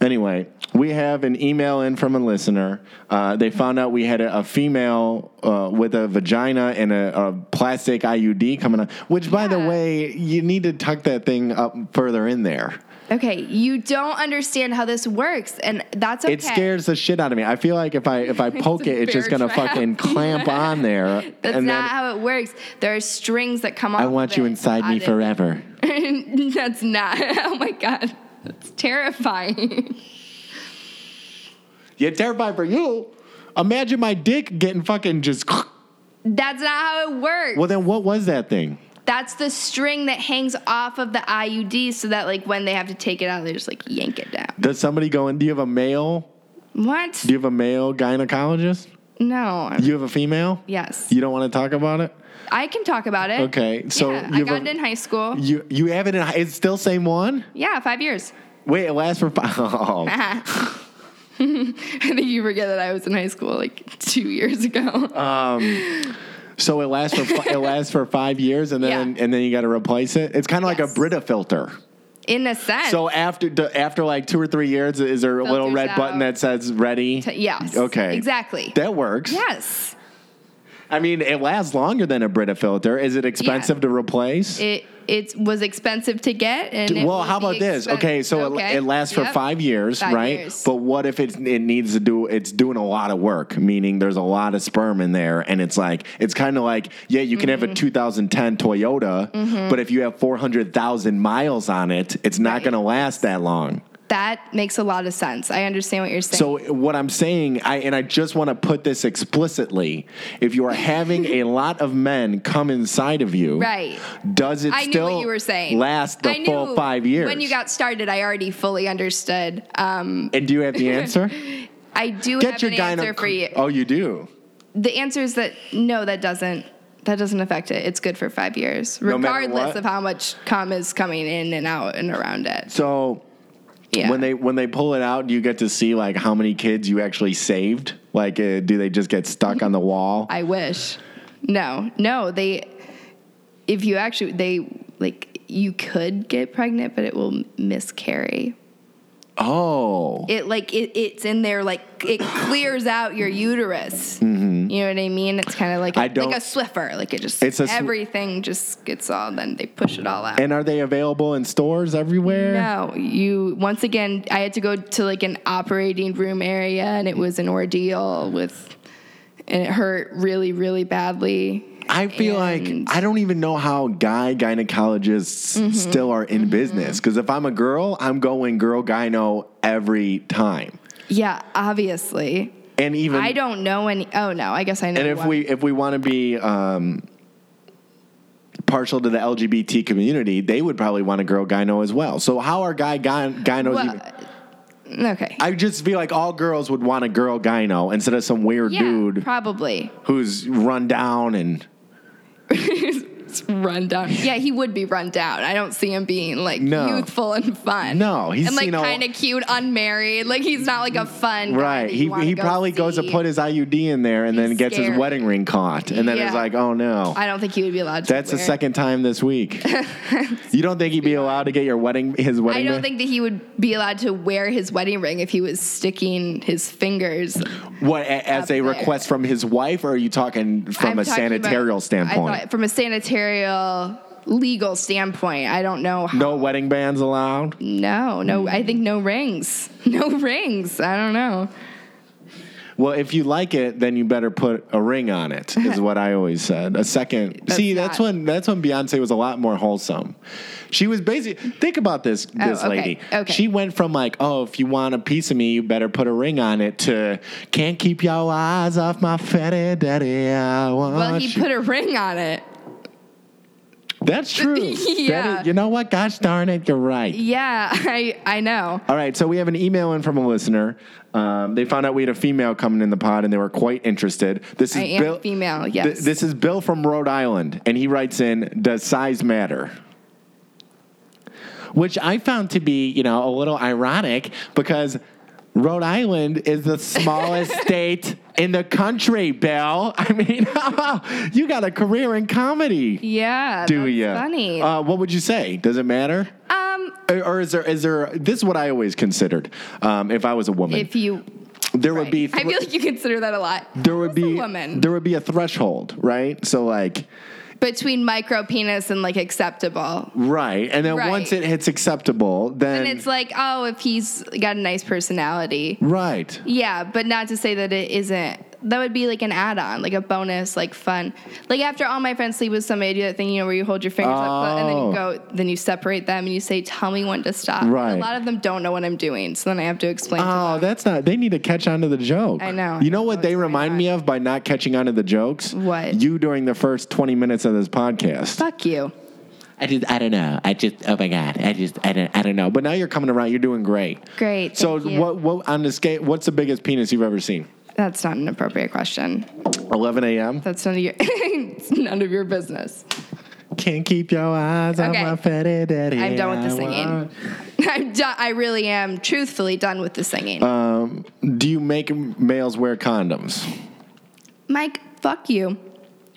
D: Anyway, we have an email in from a listener. Uh, they found out we had a, a female uh, with a vagina and a, a plastic IUD coming up, which, by the
F: Yeah.
D: way, you need to tuck that thing up further in there.
F: okay, you don't understand how this works, and that's okay.
D: It scares the shit out of me. I feel like if I if I poke
F: a
D: it, it's just
F: bear
D: gonna
F: trap.
D: fucking clamp on there.
F: That's
D: and
F: not
D: then
F: how it works. There are strings that come off.
D: I
F: of
D: want you
F: it.
D: inside
F: I
D: me
F: didn't-
D: forever.
F: That's not. Oh my god, that's terrifying.
D: You're terrified for you. Imagine my dick getting fucking just.
F: That's not how it works.
D: Well, then what was that thing?
F: That's the string that hangs off of the IUD, so that like when they have to take it out, they just like yank it down.
D: Does somebody go in? Do you have a male?
F: What?
D: Do you have a male gynecologist?
F: No. I'm-
D: You have a female?
F: yes.
D: You don't want to talk about it?
F: I can talk about it.
D: Okay, so
F: yeah, I
D: you've
F: got
D: a-
F: it in high school.
D: You you have it in high- it's still same one?
F: yeah, five years.
D: Wait, it lasts for oh, five.
F: I think you forget that I was in high school like two years ago.
D: Uh, um, so it lasts for fi- it lasts for 5 years and then
F: Yeah.
D: and then you got to replace it. It's kind of like
F: Yes.
D: a Brita filter.
F: in a sense.
D: So after d- after like 2 or 3 years is there a little
F: Filters
D: red button
F: out.
D: that says ready?
F: T- yes.
D: Okay.
F: Exactly.
D: That works.
F: yes.
D: I mean, it lasts longer than a Brita filter. Is it expensive to replace?
F: It it was expensive to get and it
D: well,
F: would
D: how
F: be
D: about this?
F: expen-
D: Okay, so
F: Okay.
D: It, it lasts for
F: Yep.
D: five years,
F: Five
D: right?
F: years.
D: But what if it's it needs to do? It's doing a lot of work, meaning there's a lot of sperm in there, and it's like it's kind of like yeah, you can
F: Mm-hmm.
D: have a 2010 Toyota, but if you have 400,000 miles on it, it's not
F: Right.
D: going to last that long.
F: That makes a lot of sense. I understand what you're saying.
D: So what I'm saying, I and I just want to put this explicitly: if you are having a lot of men come inside of you,
F: Right.
D: Does it
F: I knew
D: still
F: what you were saying.
D: last the
F: I
D: full
F: knew
D: five years?
F: When you got started, I already fully understood. Um,
D: and do you have the answer?
F: I do have an
D: gyne-
F: answer for you.
D: Oh, you do.
F: The answer is that no, that doesn't. That doesn't affect it. It's good for five years,
D: matter
F: regardless
D: what?
F: of how much cum is coming in and out and around it.
D: So
F: Yeah.
D: when they when they pull it out, do you get to see like how many kids you actually saved? Like, uh, do they just get stuck on the wall?
F: I wish. No, no. They, if you actually, they like you could get pregnant, but it will miscarry.
D: oh,
F: It like it, it's in there like it clears out your uterus. You know what I mean? It's kind of like
D: Mm-hmm. I
F: a-
D: don't-
F: like a Swiffer. Like it just
D: It's a sw-
F: everything just gets all. Then they push it all out.
D: and are they available in stores everywhere?
F: No, you once again I had to go to like an operating room area and it was an ordeal with and it hurt really really badly.
D: I feel
F: And- Mm-hmm.
D: like I don't even know how guy gynecologists still are in business. Because if I'm a girl, I'm going girl gyno every time.
F: Yeah, obviously.
D: And even
F: I don't know any Oh no, I guess I know.
D: And if
F: one.
D: we if we want to be um, partial to the LGBT community, they would probably want a girl gyno as well. So how are guy gy- gynos?
F: Well,
D: even,
F: Okay.
D: I just feel like all girls would want a girl gyno instead of some weird
F: yeah,
D: dude
F: probably.
D: who's run down and
F: It's run down. Yeah, he would be run down. I don't see him being like
D: No.
F: youthful and fun.
D: No, he's
F: and like
D: seen a-
F: kind of cute, unmarried. Like he's not like a fun. guy
D: right.
F: that you
D: He
F: wanna
D: he
F: go
D: probably goes to
F: see.
D: put his IUD in there and then
F: He's
D: gets his
F: scary.
D: wedding ring caught and then
F: Yeah.
D: it's like, oh no.
F: I don't think he would be allowed. to
D: That's the
F: wear-
D: second time this week. you don't think he'd be allowed to get your wedding his
F: I
D: wedding
F: don't
D: ring?
F: think that he would be allowed to wear his wedding ring if he was sticking his fingers.
D: what a- as
F: up
D: a
F: there.
D: request from his wife or are you talking from
F: I'm
D: a
F: talking about-
D: sanitarial
F: I
D: standpoint?
F: thought from a sanitarial legal standpoint, I don't know. How,
D: no wedding bands allowed?
F: no, no. I think no rings. No rings. I don't know.
D: Well, if you like it, then you better put a ring on it. Is what I always said. A second.
F: That's
D: See, that's
F: not-
D: when that's when Beyonce was a lot more wholesome. She was basically think about this this
F: Oh, okay,
D: lady.
F: okay.
D: She went from like, oh, if you want a piece of me, you better put a ring on it. To can't keep your eyes off my fatty daddy. I want
F: Well, he
D: you."
F: put a ring on it.
D: That's true.
F: Yeah.
D: That is- you know what? Gosh darn it, you're right.
F: Yeah, I I know.
D: All right, so we have an email in from a listener. Um, they found out we had a female coming in the pod, and they were quite interested. This is
F: I am
D: Bill,
F: female,
D: Th-
F: yes.
D: this is Bill from Rhode Island, and he writes in, "Does size matter?" Which I found to be, you know, a little ironic because Rhode Island is the smallest state in the country. Bill, I mean, you got a career in comedy.
F: Yeah,
D: Do
F: that's
D: you?
F: Funny.
D: Uh, what would you say? Does it matter?
F: um,
D: Or- or is there is there this is what I always considered um, if I was a woman
F: if you
D: there would be
F: I
D: thr-
F: feel like you consider that a lot.
D: there would
F: As a
D: be
F: woman
D: there would be a threshold right so like
F: between micro penis and like acceptable.
D: right and then
F: Right.
D: once it hits acceptable then
F: And it's like, oh, if he's got a nice personality.
D: right
F: Yeah, but not to say that it isn't. That would be like an add-on, like a bonus, like fun. Like after all my friends sleep with somebody, do that thing, you know, where you hold your fingers up and then
D: Oh.
F: you go, then you separate them and you say, "Tell me when to stop." And
D: Right.
F: A lot of them don't know what I'm doing, so then I have to explain. to
D: oh that's not they need to catch on to the joke
F: I know. Oh,
D: you know what
F: What's
D: they
F: going
D: remind
F: on?
D: me of by not catching on to the jokes
F: What?
D: you during the first 20 minutes of this podcast
F: Fuck you.
D: I just I don't know I just oh my god I just I don't I don't know but now you're coming around you're doing great
F: Great.
D: so
F: thank you.
D: what what on the scale what's the biggest penis you've ever seen
F: That's not an appropriate question.
D: 11 a.m.
F: That's none of your it's none of your business.
D: Can't keep your eyes on
F: Okay.
D: my fatty daddy.
F: I'm done with the
D: I
F: singing. I'm done. I really am, truthfully, done with the singing.
D: want- Do you make m- males wear condoms?
F: Mike, fuck you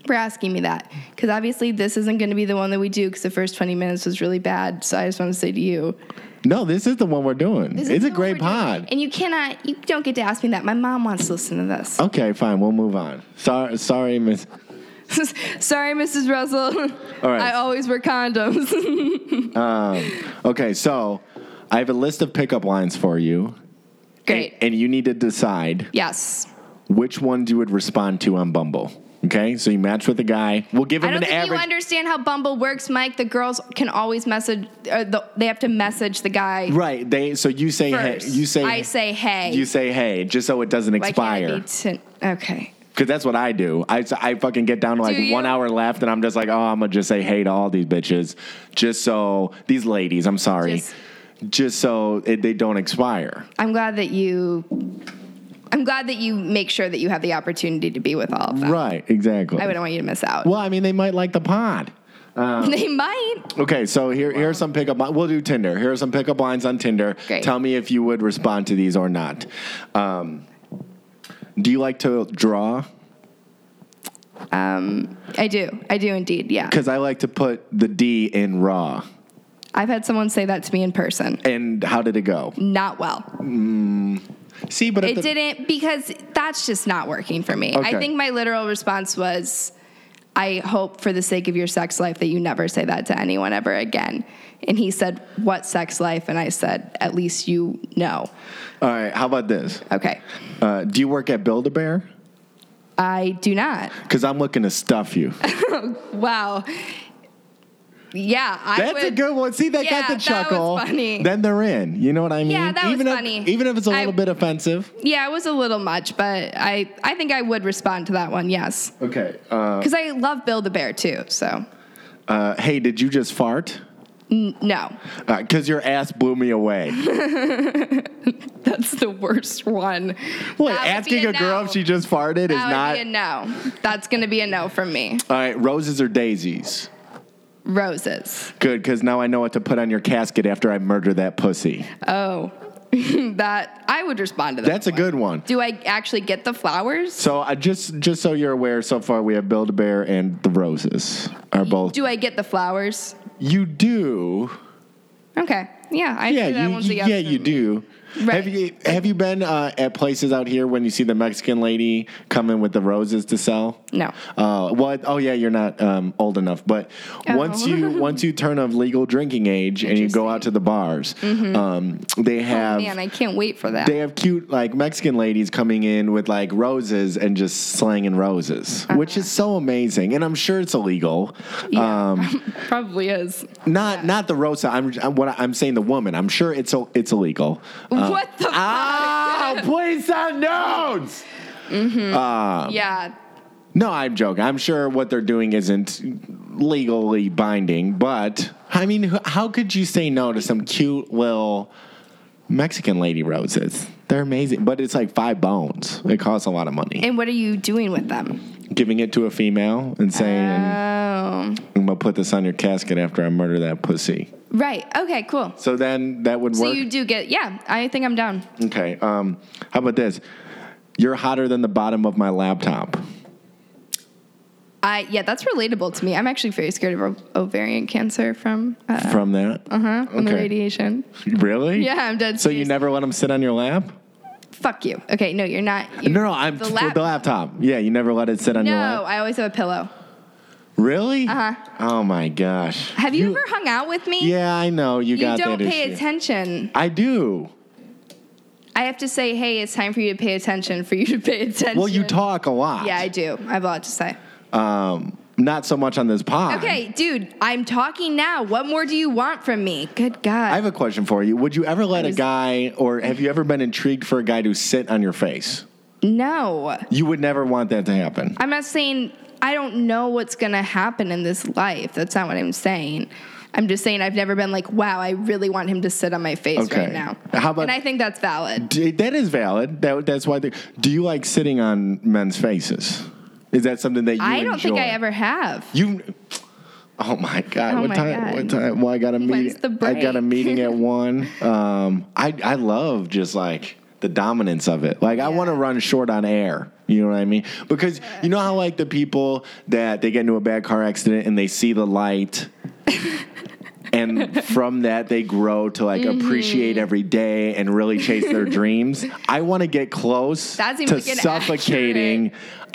F: for asking me that. Because obviously, this isn't going to be the one that we do because the first 20 minutes was really bad. So I just want to say to you,
D: No, this is the one we're doing.
F: this is
D: it's a
F: what
D: great
F: we're doing.
D: pod.
F: And you cannot, you don't get to ask me that. My mom wants to listen to this.
D: Okay, fine. We'll move on. Sorry, sorry, Miss.
F: Sorry, Mrs. Russell.
D: All right.
F: I always wear condoms.
D: Okay, so I have a list of pickup lines for you,
F: Great.
D: and you need to decide
F: yes.
D: which ones you would respond to on Bumble. Okay, so you match with a guy. We'll give him
F: I don't
D: an
F: think
D: average.
F: you understand how Bumble works, Mike. The girls can always message, or the, they have to message the guy
D: right? They. So you say. Hey,
F: first.
D: you say.
F: I say, hey.
D: You say hey, just so it doesn't
F: Why
D: expire.
F: can't it be ten- okay.
D: Because that's what I do. I, I fucking get down to like
F: Do you?
D: one hour left, and I'm just like, oh, I'm gonna just say hey to all these bitches, just so these ladies. I'm sorry, just,
F: Just-
D: so it, they don't expire.
F: I'm glad that you. I'm glad that you make sure that you have the opportunity to be with all of them.
D: Right, exactly.
F: I wouldn't want you to miss out.
D: well, I mean, they might like the pod.
F: they might.
D: Okay, so here here are some pickup. li- We'll do Tinder. Here are some pickup lines on Tinder.
F: Great.
D: Tell me if you would respond to these or not. Um, do you like to draw?
F: I do. I do indeed. Yeah.
D: Because I like to put the D in raw.
F: I've had someone say that to me in person.
D: And how did it go?
F: Not well.
D: See, but at
F: It
D: the-
F: didn't because that's just not working for me.
D: Okay.
F: I think my literal response was, "I hope for the sake of your sex life that you never say that to anyone ever again." And he said, "What sex life?" And I said, "At least you know."
D: All right, how about this?
F: Okay.
D: Uh, do you work at Build a Bear?
F: I do not.
D: Because I'm looking to stuff you.
F: Wow. Yeah, I
D: That's
F: would,
D: a good one. See, they
F: Yeah,
D: got
F: that
D: the
F: was
D: chuckle.
F: funny.
D: Then they're in. You know what I mean?
F: Yeah, that was
D: even
F: funny.
D: If, even if it's a
F: I-
D: little bit offensive.
F: Yeah, it was a little much, but I I think I would respond to that one. Yes,
D: Okay. Uh,
F: because I love Build a Bear too. So
D: uh, hey, did you just fart?
F: N- no,
D: Because your ass blew me away.
F: that's the worst one.
D: What,
F: That would be
D: asking
F: a
D: a girl
F: no.
D: if she just farted is
F: That would
D: not.
F: be a no. That's gonna be a no from me.
D: All right, roses or daisies?
F: Roses.
D: Good, because now I know what to put on your casket after I murder that pussy.
F: Oh, that I would respond to that.
D: That's a good one.
F: Do I actually get the flowers?
D: So I just just so you're aware, so far we have Build a Bear and the roses are both.
F: Do I get the flowers?
D: you do,
F: Okay. Yeah, I
D: yeah,
F: see that
D: you,
F: one's a
D: you-
F: yes
D: yeah,
F: for
D: you
F: me.
D: do.
F: Right.
D: Have you have you been uh, at places out here when you see the Mexican lady coming with the roses to sell?
F: No.
D: Uh, well, oh yeah, you're not um, old enough. But
F: Oh.
D: once you once you turn of legal drinking age and you go out to the bars, um, they have
F: Mm-hmm. Oh, Man, I can't wait for that.
D: they have cute like Mexican ladies coming in with like roses and just slanging roses, which is so amazing. And I'm sure it's illegal.
F: Yeah.
D: Um,
F: Probably is.
D: not not the rosa. I'm I'm- what I'm saying the woman. I'm sure it's it's illegal.
F: what the
D: Ah, please sound notes.
F: fuck? Yeah.
D: No, I'm joking. I'm sure what they're doing isn't legally binding, but I mean, wh- how could you say no to some cute little Mexican lady roses? They're amazing, but it's like five bones. It costs a lot of money.
F: And what are you doing with them?
D: Giving it to a female and saying,
F: Oh.
D: "I'm gonna put this on your casket after I murder that pussy."
F: Right. Okay, cool.
D: So then that would
F: So
D: work.
F: you do get yeah, I think I'm down.
D: okay. Um, how about this? You're hotter than the bottom of my laptop.
F: I yeah, that's relatable to me. I'm actually very scared of o- ovarian cancer from uh huh
D: From that,
F: from the
D: Okay.
F: radiation.
D: really?
F: Yeah, I'm dead
D: So you
F: serious.
D: never let him sit on your lap?
F: Fuck you. Okay, no, you're not. you
D: No, no, I'm
F: the
D: the,
F: lap-
D: laptop. Yeah, you never let it sit on
F: no,
D: your lap.
F: I always have a pillow.
D: Really?
F: Uh-huh.
D: Oh my gosh.
F: Have you, ever hung out with me?
D: Yeah, I know you,
F: You
D: got
F: don't
D: that
F: pay
D: issue.
F: attention.
D: I do.
F: I have to say, hey, it's time for you to pay attention. For you to pay attention.
D: Well, you talk a lot.
F: Yeah, I do. I have a lot to say.
D: Um, not so much on this pod.
F: Okay, dude, I'm talking now. What more do you want from me? Good God.
D: I have a question for you. Would you ever let a
F: was-
D: guy, or have you ever been intrigued for a guy to sit on your face?
F: no.
D: You would never want that to happen.
F: I'm not saying I don't know what's going to happen in this life. That's not what I'm saying. I'm just saying I've never been like, wow, I really want him to sit on my face
D: Okay.
F: right now.
D: How about-
F: and I think that's valid.
D: D- that is valid. That, that's why. They, do you like sitting on men's faces? Is that something that you
F: I don't think I
D: enjoy?
F: ever have.
D: You. Oh my god!
F: Oh
D: what
F: my
D: time?
F: God.
D: What time? Well, I got a meeting.
F: the
D: I got a
F: break?
D: meeting at one. Um, I I love just like the dominance of it. Like I want to run short on air. You know what I mean? Because you know how like the people that they get into a bad car accident and they see the light. And from that, they grow to like
F: Mm-hmm.
D: appreciate every day and really chase their dreams. I want to get close
F: That seems
D: to
F: like an
D: suffocating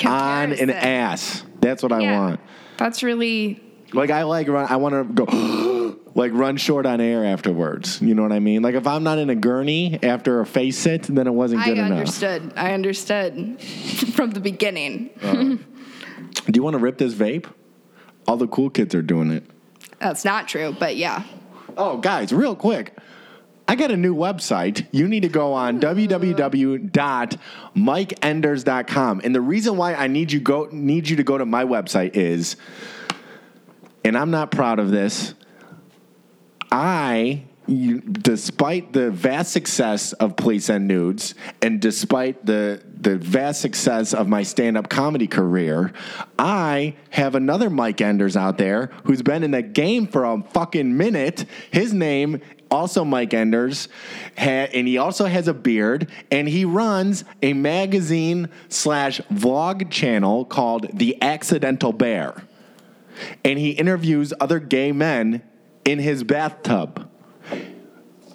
D: on an
F: comparison.
D: ass. That's what I
F: Yeah.
D: want.
F: That's really
D: Like I like run. I want to go. Like run short on air afterwards. You know what I mean? Like if I'm not in a gurney after a face sit, then it wasn't
F: I
D: good enough.
F: understood. I understood from the beginning.
D: Do you want to rip this vape? All the cool kids are doing it.
F: That's not true, but yeah.
D: Oh, guys, real quick. I got a new website. You need to go on www.mikeenders.com. And the reason why I need you go need you to go to my website is and I'm not proud of this. I you, despite the vast success of Police and Nudes and despite the the vast success of my stand-up comedy career, I have another Mike Enders out there who's been in the game for a fucking minute. His name also Mike Enders, ha- and he also has a beard, and he runs a magazine slash vlog channel called The Accidental Bear and he interviews other gay men in his bathtub.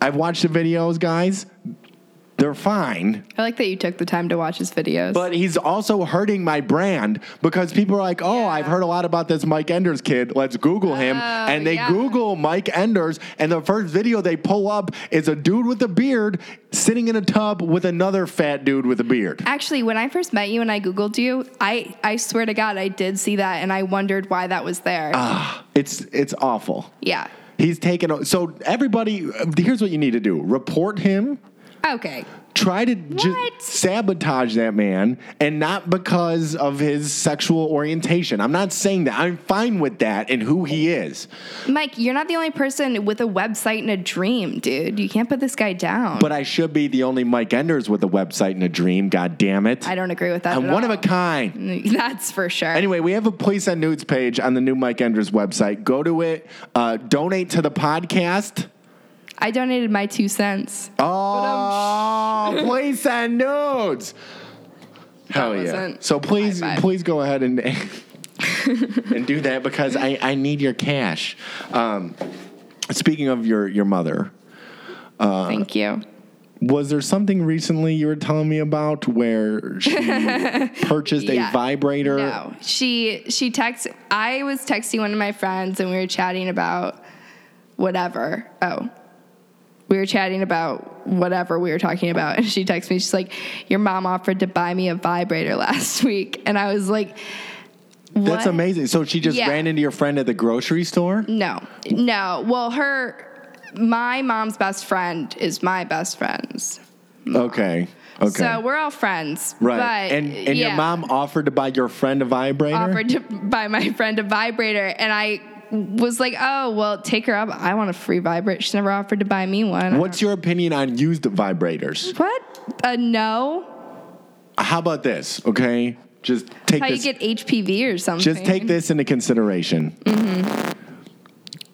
D: I've watched the videos, guys. They're fine,
F: I like that you took the time to watch his videos.
D: but he's also hurting my brand because people are like, "Oh,
F: Yeah.
D: I've heard a lot about this Mike Enders kid. Let's Google him."
F: Oh,
D: and they
F: yeah.
D: Google Mike Enders, and the first video they pull up is a dude with a beard sitting in a tub with another fat dude with a beard.
F: Actually, when I first met you and I Googled you, I, I swear to God, I did see that and I wondered why that was there.
D: Ah. It's it's awful.
F: yeah.
D: uh, He's taken o- so everybody. Here's what you need to do: report him
F: Okay.
D: try to just
F: What?
D: sabotage that man and not because of his sexual orientation. I'm not saying that. I'm fine with that and who he is.
F: Mike, you're not the only person with a website and a dream, dude. You can't put this guy down.
D: But I should be the only Mike Enders with a website and a dream, god damn it.
F: I don't agree with that.
D: I'm
F: at
D: one of
F: all.
D: a kind.
F: That's for sure.
D: Anyway, we have a place on nudes page on the new Mike Enders website. Go to it, uh, donate to the podcast.
F: I donated my two cents.
D: Oh, place on nudes. Hell yeah.
F: wasn't
D: So please,
F: high five.
D: please go ahead and and do that because I, I need your cash. Um, speaking of your, your mother,
F: Thank you.
D: was there something recently you were telling me about where she purchased
F: Yeah.
D: a vibrator?
F: No, she she text. I was texting one of my friends and we were chatting about whatever. Oh, we were chatting about whatever we were talking about, and she texted me. She's like, "Your mom offered to buy me a vibrator last week," and I was like, what?
D: That's amazing. So she just
F: Yeah.
D: ran into your friend at the grocery store?
F: No, no. Well, her, my mom's best friend is my best friend's.
D: Okay. Okay.
F: Mm-hmm. So we're all friends.
D: right.
F: But,
D: and and
F: yeah,
D: your mom offered to buy your friend a vibrator?
F: offered to buy my friend a vibrator, and I was like, oh well, take her up. I want a free vibrator. She's never offered to buy me one.
D: What's your opinion on used vibrators?
F: what? A no?
D: How about this? Okay, just take
F: How you
D: this.
F: get HPV or something?
D: just take this into consideration.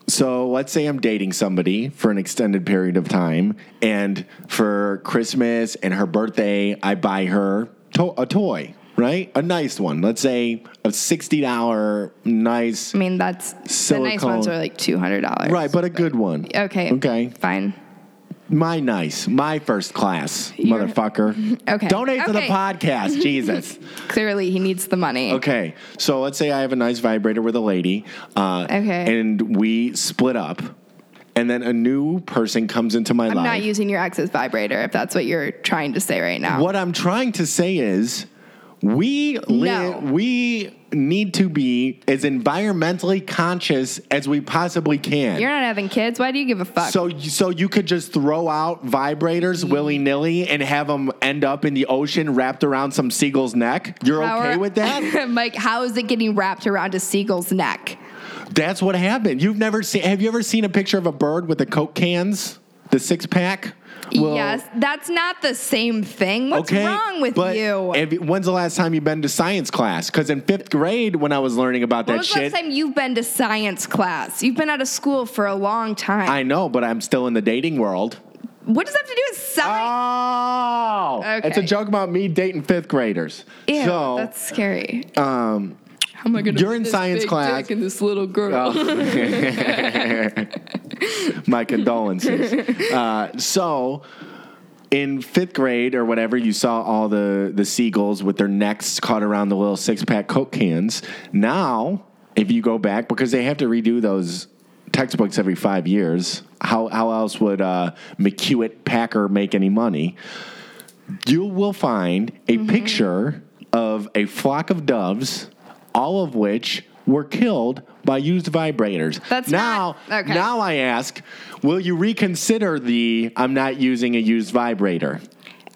D: So let's say I'm dating somebody for an extended period of time, and for Christmas and her birthday, I buy her to- a toy, right? A nice one. Let's say a sixty dollar nice,
F: I mean, that's the nice ones
D: Silicone.
F: are like two hundred dollars.
D: right? But a good one.
F: Okay.
D: Okay.
F: Fine.
D: My nice, my first class,
F: You're-
D: motherfucker.
F: Okay.
D: Donate to the
F: Okay.
D: podcast, Jesus.
F: Clearly, he needs the money.
D: Okay, so let's say I have a nice vibrator with a lady. Uh,
F: Okay.
D: And we split up, and then a new person comes into my
F: I'm
D: life.
F: not using your ex's vibrator if that's what you're trying to say right now.
D: what I'm trying to say is, we live. We need to be as environmentally conscious as we possibly can.
F: You're not having kids. Why do you give a fuck?
D: so, you- so you could just throw out vibrators
F: Mm-hmm.
D: willy nilly and have them end up in the ocean wrapped around some seagull's neck. You're
F: How
D: okay
F: are-
D: with that?
F: Mike, how is it getting wrapped around a seagull's neck?
D: That's what happened. You've never seen. Have you ever seen a picture of a bird with the Coke cans, the six pack? Well,
F: yes, that's not the same thing. What's
D: okay,
F: wrong with
D: but
F: you?
D: have you- when's the last time you've been to science class? Because in fifth grade, when I was learning about
F: when
D: that
F: was the
D: shit,
F: last time you've been to science class? You've been out of school for a long time.
D: I know, but I'm still in the dating world.
F: what does that have to do with
D: Uh,
F: science?
D: Oh,
F: Okay.
D: it's a joke about me dating fifth graders.
F: Ew,
D: so,
F: that's scary.
D: um,
F: How am I gonna
D: you're in science class.
F: and this little girl?
D: My condolences. Uh, so, in fifth grade or whatever, you saw all the, the seagulls with their necks caught around the little six pack Coke cans. Now, if you go back, because they have to redo those textbooks every five years, how, how else would uh, McEwitt Packer make any money? You will find a
F: Mm-hmm.
D: picture of a flock of doves, all of which were killed by used vibrators.
F: That's
D: now.
F: not- okay.
D: Now I ask, will you reconsider the I'm not using a used vibrator?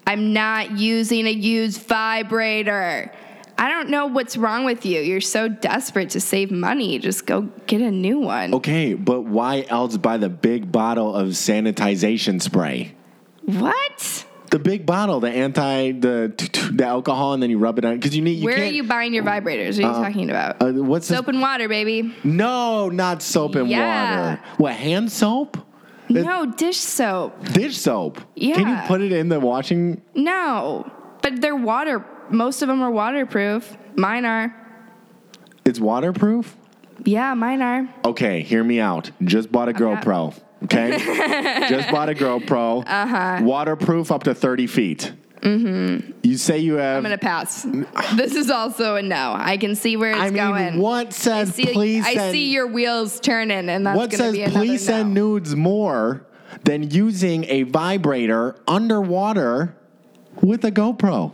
F: I'm not using a used vibrator. I don't know what's wrong with you. You're so desperate to save money. Just go get a new one.
D: Okay, but why else buy the big bottle of sanitization spray?
F: What?
D: The big bottle, the anti, the the alcohol, and then you rub it on because you need. You
F: Where are
D: can't,
F: you buying your vibrators? What are you talking about?
D: Uh, what's this-
F: Soap and water, baby.
D: No, not soap and
F: Yeah.
D: water. What hand soap? It-
F: No, dish soap.
D: Dish soap. Can you
F: Yeah.
D: put it in the washing?
F: No. But they're water. Most of them are waterproof. Mine are.
D: It's waterproof.
F: Yeah, mine are.
D: Okay, hear me out. Just bought a
F: Uh-huh.
D: GoPro. Okay, just bought a GoPro. Uh
F: Uh-huh.
D: huh. Waterproof up to thirty feet. Mm-hmm. You say you have.
F: I'm going to pass. this is also a no. I can see where it's
D: I mean,
F: going.
D: what says
F: I see,
D: please?
F: I
D: send,
F: see your wheels turning, and that's
D: What
F: going to
D: says
F: be another
D: please
F: no.
D: send nudes more than using a vibrator underwater with a GoPro,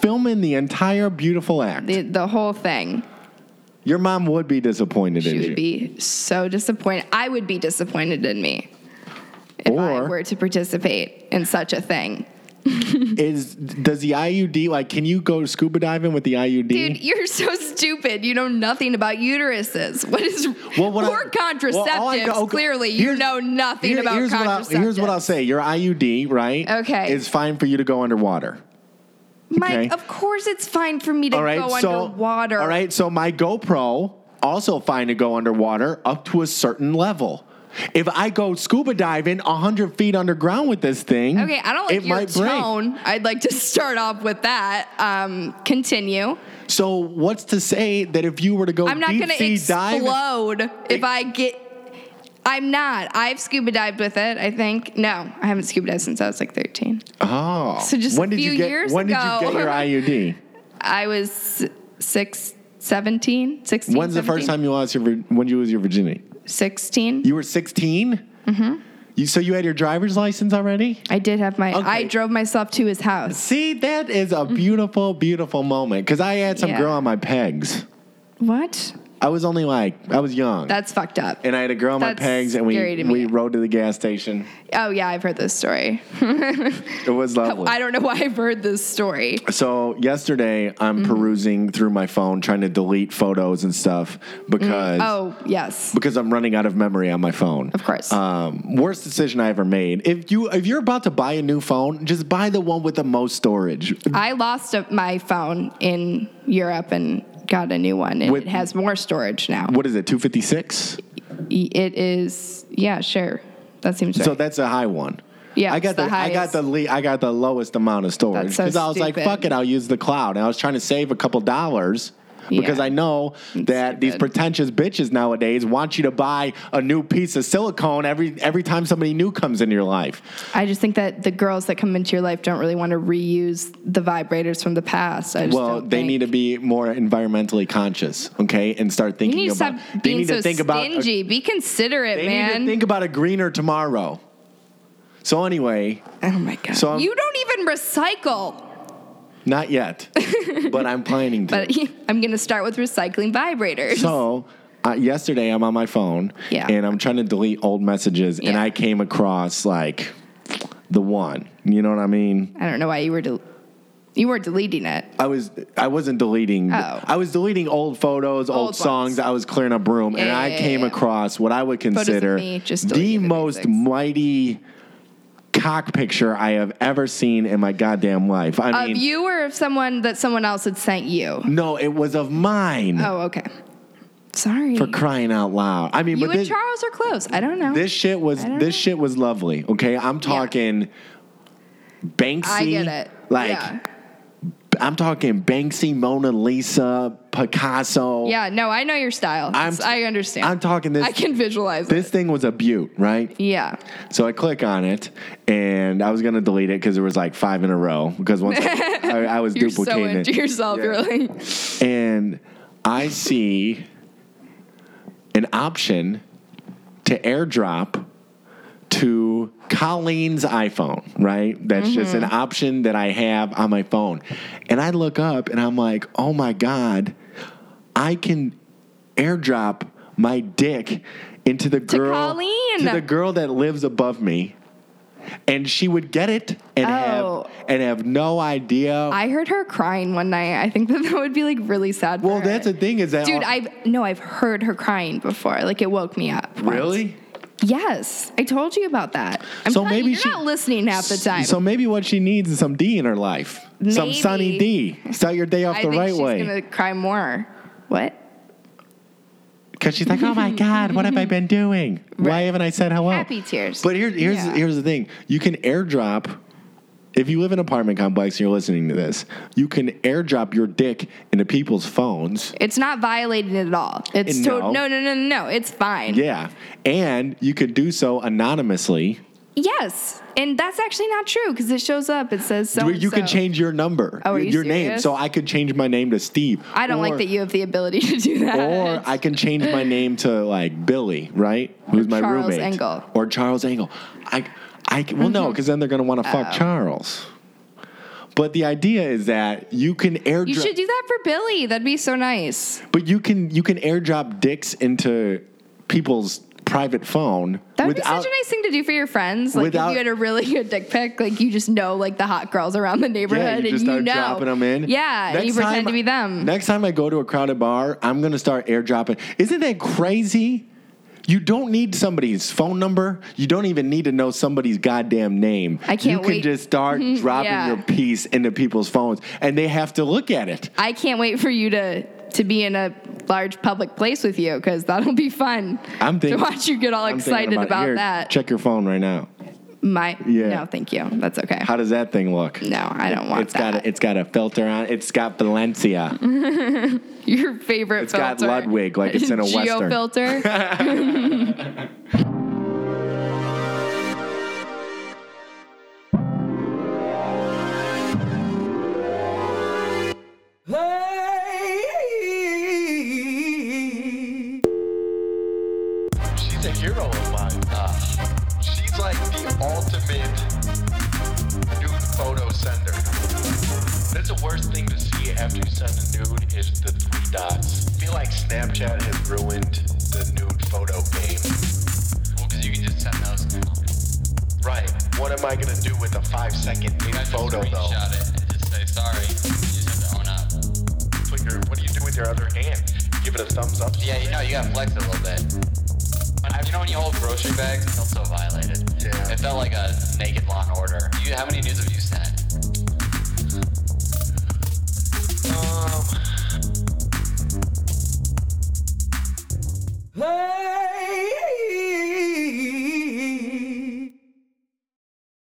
D: filming the entire beautiful act.
F: the, the whole thing.
D: Your mom would be disappointed in
F: She
D: you.
F: would be so disappointed. I would be disappointed in me if I
D: Or-
F: were to participate in such a thing.
D: is does the IUD like? Can you go scuba diving with the IUD?
F: Dude, you're so stupid. You know nothing about uteruses. What is
D: Well, what I-
F: or contraceptives?
D: well, all I know- okay,
F: Clearly, you
D: here's-
F: know nothing
D: here-
F: about
D: here's what I'll-
F: contraceptives.
D: here's what I'll say: Your IUD, right?
F: Okay.
D: is fine for you to go underwater.
F: Mike,
D: okay.
F: of course it's fine for me to
D: All right,
F: go
D: so
F: underwater.
D: All right, so my GoPro also fine to go underwater up to a certain level. If I go scuba diving hundred feet underground with this thing,
F: Okay, I don't like
D: it
F: your
D: might break.
F: tone. I'd like to start off with that. Um, continue.
D: So what's to say that if you were to go
F: I'm not
D: Oh, deep
F: going to
D: sea dive,
F: explode if I get. I'm not. I've scuba dived with it. I think. No, I haven't scuba dived since I was like 13.
D: oh,
F: So just
D: when did
F: a few
D: you get
F: years
D: when
F: ago.
D: did you get your IUD?
F: I was six, 17, 16.
D: When's the first
F: 17,
D: time you lost your vir- when you lose your virginity?
F: 16.
D: You were 16? Mm-hmm. You, so you had your driver's license already?
F: I did have my. I
D: Okay.
F: drove myself to his house.
D: See, that is a beautiful, beautiful moment. Because I had some
F: Mm-hmm. Yeah.
D: girl on my pegs.
F: What?
D: I was only like, I was young.
F: That's fucked up.
D: and I had a girl on my
F: That's
D: pegs, and
F: scary
D: we,
F: to
D: we
F: me.
D: rode to the gas station.
F: oh yeah, I've heard this story.
D: It was lovely.
F: I don't know why I've heard this story.
D: so yesterday, I'm
F: Mm-hmm.
D: perusing through my phone, trying to delete photos and stuff because
F: Oh yes,
D: because I'm running out of memory on my phone.
F: of course.
D: Um, worst decision I ever made. If you if you're about to buy a new phone, just buy the one with the most storage.
F: I lost a, my phone in Europe and got a new one, and
D: With-
F: it has more storage now.
D: What is it? Two fifty six.
F: Y- It is, yeah, sure. That seems right.
D: So that's a high one.
F: Yeah,
D: I
F: it's
D: got the,
F: the
D: I got
F: highest.
D: the le- I got the lowest amount of storage
F: That's so
D: I was like,
F: stupid.
D: fuck it, I'll use the cloud. And I was trying to save a couple dollars.
F: Yeah.
D: Because I know that these
F: stupid.
D: pretentious bitches nowadays want you to buy a new piece of silicone every every time somebody new comes into your life.
F: I just think that the girls that come into your life don't really want to reuse the vibrators from the past. I just
D: well,
F: don't
D: they
F: think-
D: need to be more environmentally conscious, okay, and start
F: You
D: thinking
F: need to
D: about.
F: stop
D: they
F: being
D: need
F: so
D: to think about. a-
F: stingy. Be considerate,
D: they
F: man.
D: need to think about a greener tomorrow. So anyway,
F: oh my god!
D: So I'm-
F: you don't even recycle.
D: not yet, but I'm planning to.
F: But I'm going to start with recycling vibrators.
D: So uh, yesterday, I'm on my phone,
F: Yeah.
D: and I'm trying to delete old messages, and
F: Yeah.
D: I came across like the one. You know what I mean?
F: I don't know why you were del- you weren't deleting it.
D: I was I wasn't deleting.
F: Oh.
D: I was deleting old photos, old,
F: Old ones.
D: songs. I was clearing up room, and
F: Yeah,
D: I
F: yeah,
D: came
F: yeah.
D: across what I would
F: of
D: consider
F: me just
D: the
F: deleting the
D: most
F: basics.
D: mighty cock picture I have ever seen in my goddamn life. I
F: of
D: mean, Mm.
F: you or of someone that someone else had sent you.
D: no, it was of mine.
F: Oh, okay. Sorry.
D: For crying out loud! I mean,
F: you
D: but
F: and
D: this,
F: Charles are close. I don't know.
D: This shit was
F: I don't
D: this
F: know.
D: shit was lovely. Okay, I'm talking Banksy.
F: I get it.
D: Like
F: yeah.
D: I'm talking Banksy, Mona Lisa, Picasso.
F: Yeah, no, I know your style.
D: I'm-
F: I understand.
D: I'm talking this-
F: I can visualize
D: This
F: it.
D: thing was a beaut, right?
F: Yeah.
D: So I click on it, and I was gonna delete it because there was like five in a row. Because once I, I, I was
F: You're so
D: duplicating
F: into
D: it.
F: yourself. You're like,
D: and I see an option to airdrop to Colleen's iPhone, right? That's just
F: Mm-hmm.
D: an option that I have on my phone. And I look up and I'm like, oh my God, I can airdrop my dick into the girl
F: Colleen.
D: to the girl that lives above me. And she would get it and
F: Oh.
D: have and have no idea.
F: I heard her crying one night. I think that that would be like really sad. for
D: well,
F: her.
D: that's the thing is that
F: Dude, I've no, I've heard her crying before. Like it woke me up. once.
D: really.
F: Yes, I told you about that. I'm
D: So
F: so maybe
D: maybe
F: you, you're
D: she-
F: not listening half the time.
D: So maybe what she needs is some D in her life. Some
F: Maybe.
D: sunny D. Start your day off
F: I
D: the
F: think
D: right
F: she's
D: way.
F: gonna cry more. What?
D: Because she's like, oh my God, what have I been doing? Why haven't I said hello?
F: Happy tears.
D: Oh. But here, here's,
F: Yeah.
D: here's the thing you can airdrop, if you live in an apartment complex and you're listening to this, you can airdrop your dick into people's phones.
F: It's not violating it at all. It's
D: No.
F: no. To- no, no, no, no, no. It's fine.
D: Yeah. And you could do so anonymously.
F: Yes, and that's actually not true because it shows up. It says so.
D: you could change your number,
F: Oh, are you
D: your name.
F: serious?
D: So I could change my name to Steve.
F: I don't like
D: Or-
F: that you have the ability to do that.
D: Or I can change my name to like Billy, right? Who's my
F: Charles
D: roommate?
F: Engel. Mm-hmm.
D: Or Charles Engel. I, I well no, because then they're gonna want to fuck
F: Oh.
D: Charles. But the idea is that you can airdrop,
F: you should do that for Billy. That'd be so nice.
D: but you can you can airdrop dicks into people's private phone
F: That would
D: without
F: be such a nice thing to do for your friends. Like
D: without-
F: if you had a really good dick pic, like you just know like the hot girls around the neighborhood
D: Yeah, you
F: and
D: just
F: you
D: start
F: know.
D: dropping them in.
F: Yeah, and
D: Next
F: you pretend
D: time-
F: to be them.
D: Next time I go to a crowded bar, I'm gonna start airdropping. Isn't that crazy? You don't need somebody's phone number. You don't even need to know somebody's goddamn name.
F: I can't
D: You can
F: wait.
D: just start dropping
F: Yeah.
D: your piece into people's phones, and they have to look at it.
F: I can't wait for you to to be in a large public place with you because that'll be fun.
D: I'm thinking.
F: to watch you get all
D: I'm thinking
F: excited about,
D: here,
F: that.
D: Check your phone right now.
F: My
D: Yeah.
F: no, thank you. That's okay.
D: How does that thing look?
F: no, I don't want
D: It's
F: that.
D: got a, it's got a filter on. it. It's got Valencia.
F: Your favorite
D: It's
F: filter.
D: got Ludwig, like it's in a
F: Geo
D: Western.
F: filter.
A: She's a hero of mine. She's like the ultimate nude photo sender. That's the worst thing to see after you send a nude is the three dots. I feel like Snapchat has ruined the nude photo game.
B: Well, because you can just send those now.
A: Right. What am I gonna do with a five second nude
B: I just
A: photo though?
B: screenshot it and just say sorry. You just have to own up.
A: Put your, what do you do with your other hand? Give it a thumbs up.
B: Yeah, you know, you gotta flex it a little bit. When, you know when you hold grocery bags, it felt so violated.
A: Yeah.
B: It felt like a naked law and order. You, how many news